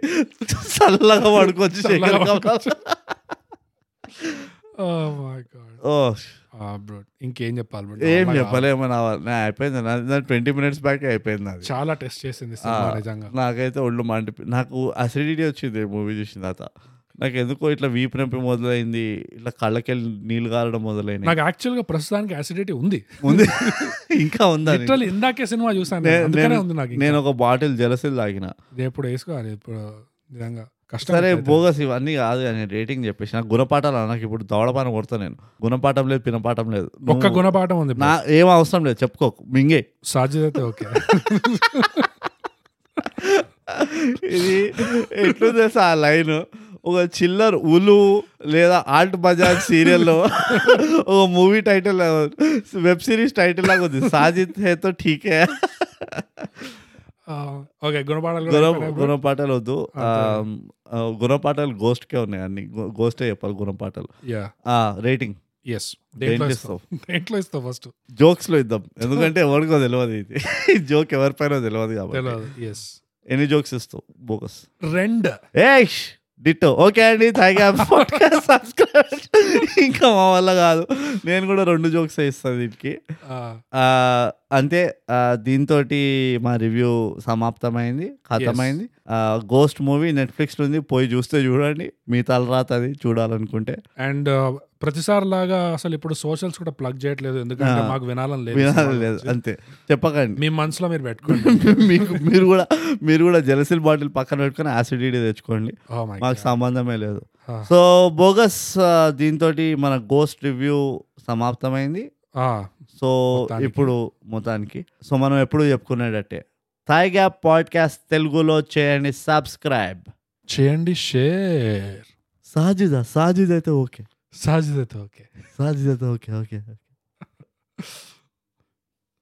చల్లగా పడుకోవచ్చు
చల్లగా
Sekhar Kammula.
Oh my God
oh
bro Ah, ఇంకేం చెప్పాలి bro?
ఏం
నాలా
చెప్పలేమో నా వల్ల. నా అయిపోయింది నా ట్వంటీ మినిట్స్ బ్యాక్ అయిపోయింది అది
చాలా టెస్ట్ చేసింది
ఆ,
సినిమా నిజంగా
నాకైతే ఒళ్ళు మంటి నాకు అసిడిటీ వచ్చింది మూవీ చూసిన తర్వాత నాకు ఎందుకో ఇట్లా వీపు నొప్పి మొదలైంది ఇట్లా కళ్ళకెళ్ళి నీళ్ళు కారడం మొదలైంది
నాకు యాక్చువల్ గా ప్రస్తుతానికి యాసిడిటీ ఉంది
ఉంది ఇంకా ఉందా నీకు?
లిటరల్ ఇందాకే సినిమా చూసాను నేను.
నే-
అందుకనే
నేను-
ఉంది నాకు
నేను
నేను
ఒక బాటిల్ జలసిల్ తాగిన
ఎప్పుడు వేసుకోవాలి ఇప్పుడు నిజంగా కష్టం
సరే
అవుతుంది.
బోగస్ ఇవన్నీ కాదు అని రేటింగ్ చెప్పేసి నాకు గుణపాఠాలు అన్న, నాకు ఇప్పుడు దవడపాన కొడతా నేను గుణపాఠం లేదు పినపాఠం లేదు
ఒక్క
నువ్వు-
గుణపాఠం ఉంది
నా ఏం అవసరం లేదు చెప్పుకో మింగే
సాధ్యత అయితే ఓకే
ఇది ఎట్లు తెలుసా ఆ లైన్ ఒక చిల్లర్ ఉలు లేదా ఆల్ట్ బజాజ్ సీరియల్లో ఒక movie title web series title లాగా ఉంది సాజిద్ హేతో ఠీకే
ఆ, ఓకే గుణపాఠాలు కూడా
గుణ
అయిపోయినాయి bro.
గుణపాఠాలు వద్దు ఆ, ఆ, గుణపాఠాలు గోస్ట్కే ఉన్నాయి అన్ని గో- గోస్టే చెప్పాలి గుణపాఠాలు
యా
ఆ, రేటింగ్
ఎస్ దేంట్లో
దేంట్లో
ఇస్తావు దేంట్లో ఇస్తావు ఫస్ట్
జోక్స్లో ఇద్దాం ఎందుకంటే ఎవరికో తెలియదు ఇది ఈ జోక్ ఎవరిపైన తెలియదు కాబట్టి
తెలియదు ఎస్
ఎన్ని జోక్స్ ఇస్తావు బోకస్
రెండు
ఏష్ డిట్టో ఓకే అండి థ్యాంక్ యూ పాడ్కాస్ట్ సబ్స్క్రైబ్ ఇంకా మా వల్ల కాదు నేను కూడా రెండు జోక్స్ ఇస్తాను దీనికి
ఆ,
ఆ, అంతే దీంతో మా రివ్యూ సమాప్తమైంది ఖతమైంది గోస్ట్ మూవీ నెట్ఫ్లిక్స్ ఉంది పోయి చూస్తే చూడండి మీ తలరాత అది చూడాలనుకుంటే
అండ్ ఆ, uh, ప్రతిసారి లాగా అసలు ఇప్పుడు సోషల్స్ కూడా ప్లగ్ చేయట్లేదు ఎందుకంటే
ఆ.
మాకు వినాలని లేదు
వినాలి
సినిమాల
లేదు
గురించి.
అంతే చెప్పకండి
మీ మనసులో మీరు పెట్టుకోండి
మీకు మీరు కూడా మీరు కూడా జెలసిల్ బాటిల్ పక్కన పెట్టుకొని యాసిడిటీ తెచ్చుకోండి
Oh my
మాకు
God.
సంబంధమే లేదు
ఆ.
సో బోగస్ దీంతో మన గోస్ట్ రివ్యూ సమాప్తమైంది
ఆ,
సో
మొత్తానికి.
ఇప్పుడు మొత్తానికి సో మనం ఎప్పుడు చెప్పుకునేటట్టే థాయ్ గ్యాప్ పాడ్కాస్ట్ తెలుగులో చేయండి సబ్స్క్రైబ్
చేయండి షేర్
సాజిదా సాజిద్ అయితే ఓకే
సాధ్యత ఓకే
సాజిద్ అయితే ఓకే ఓకే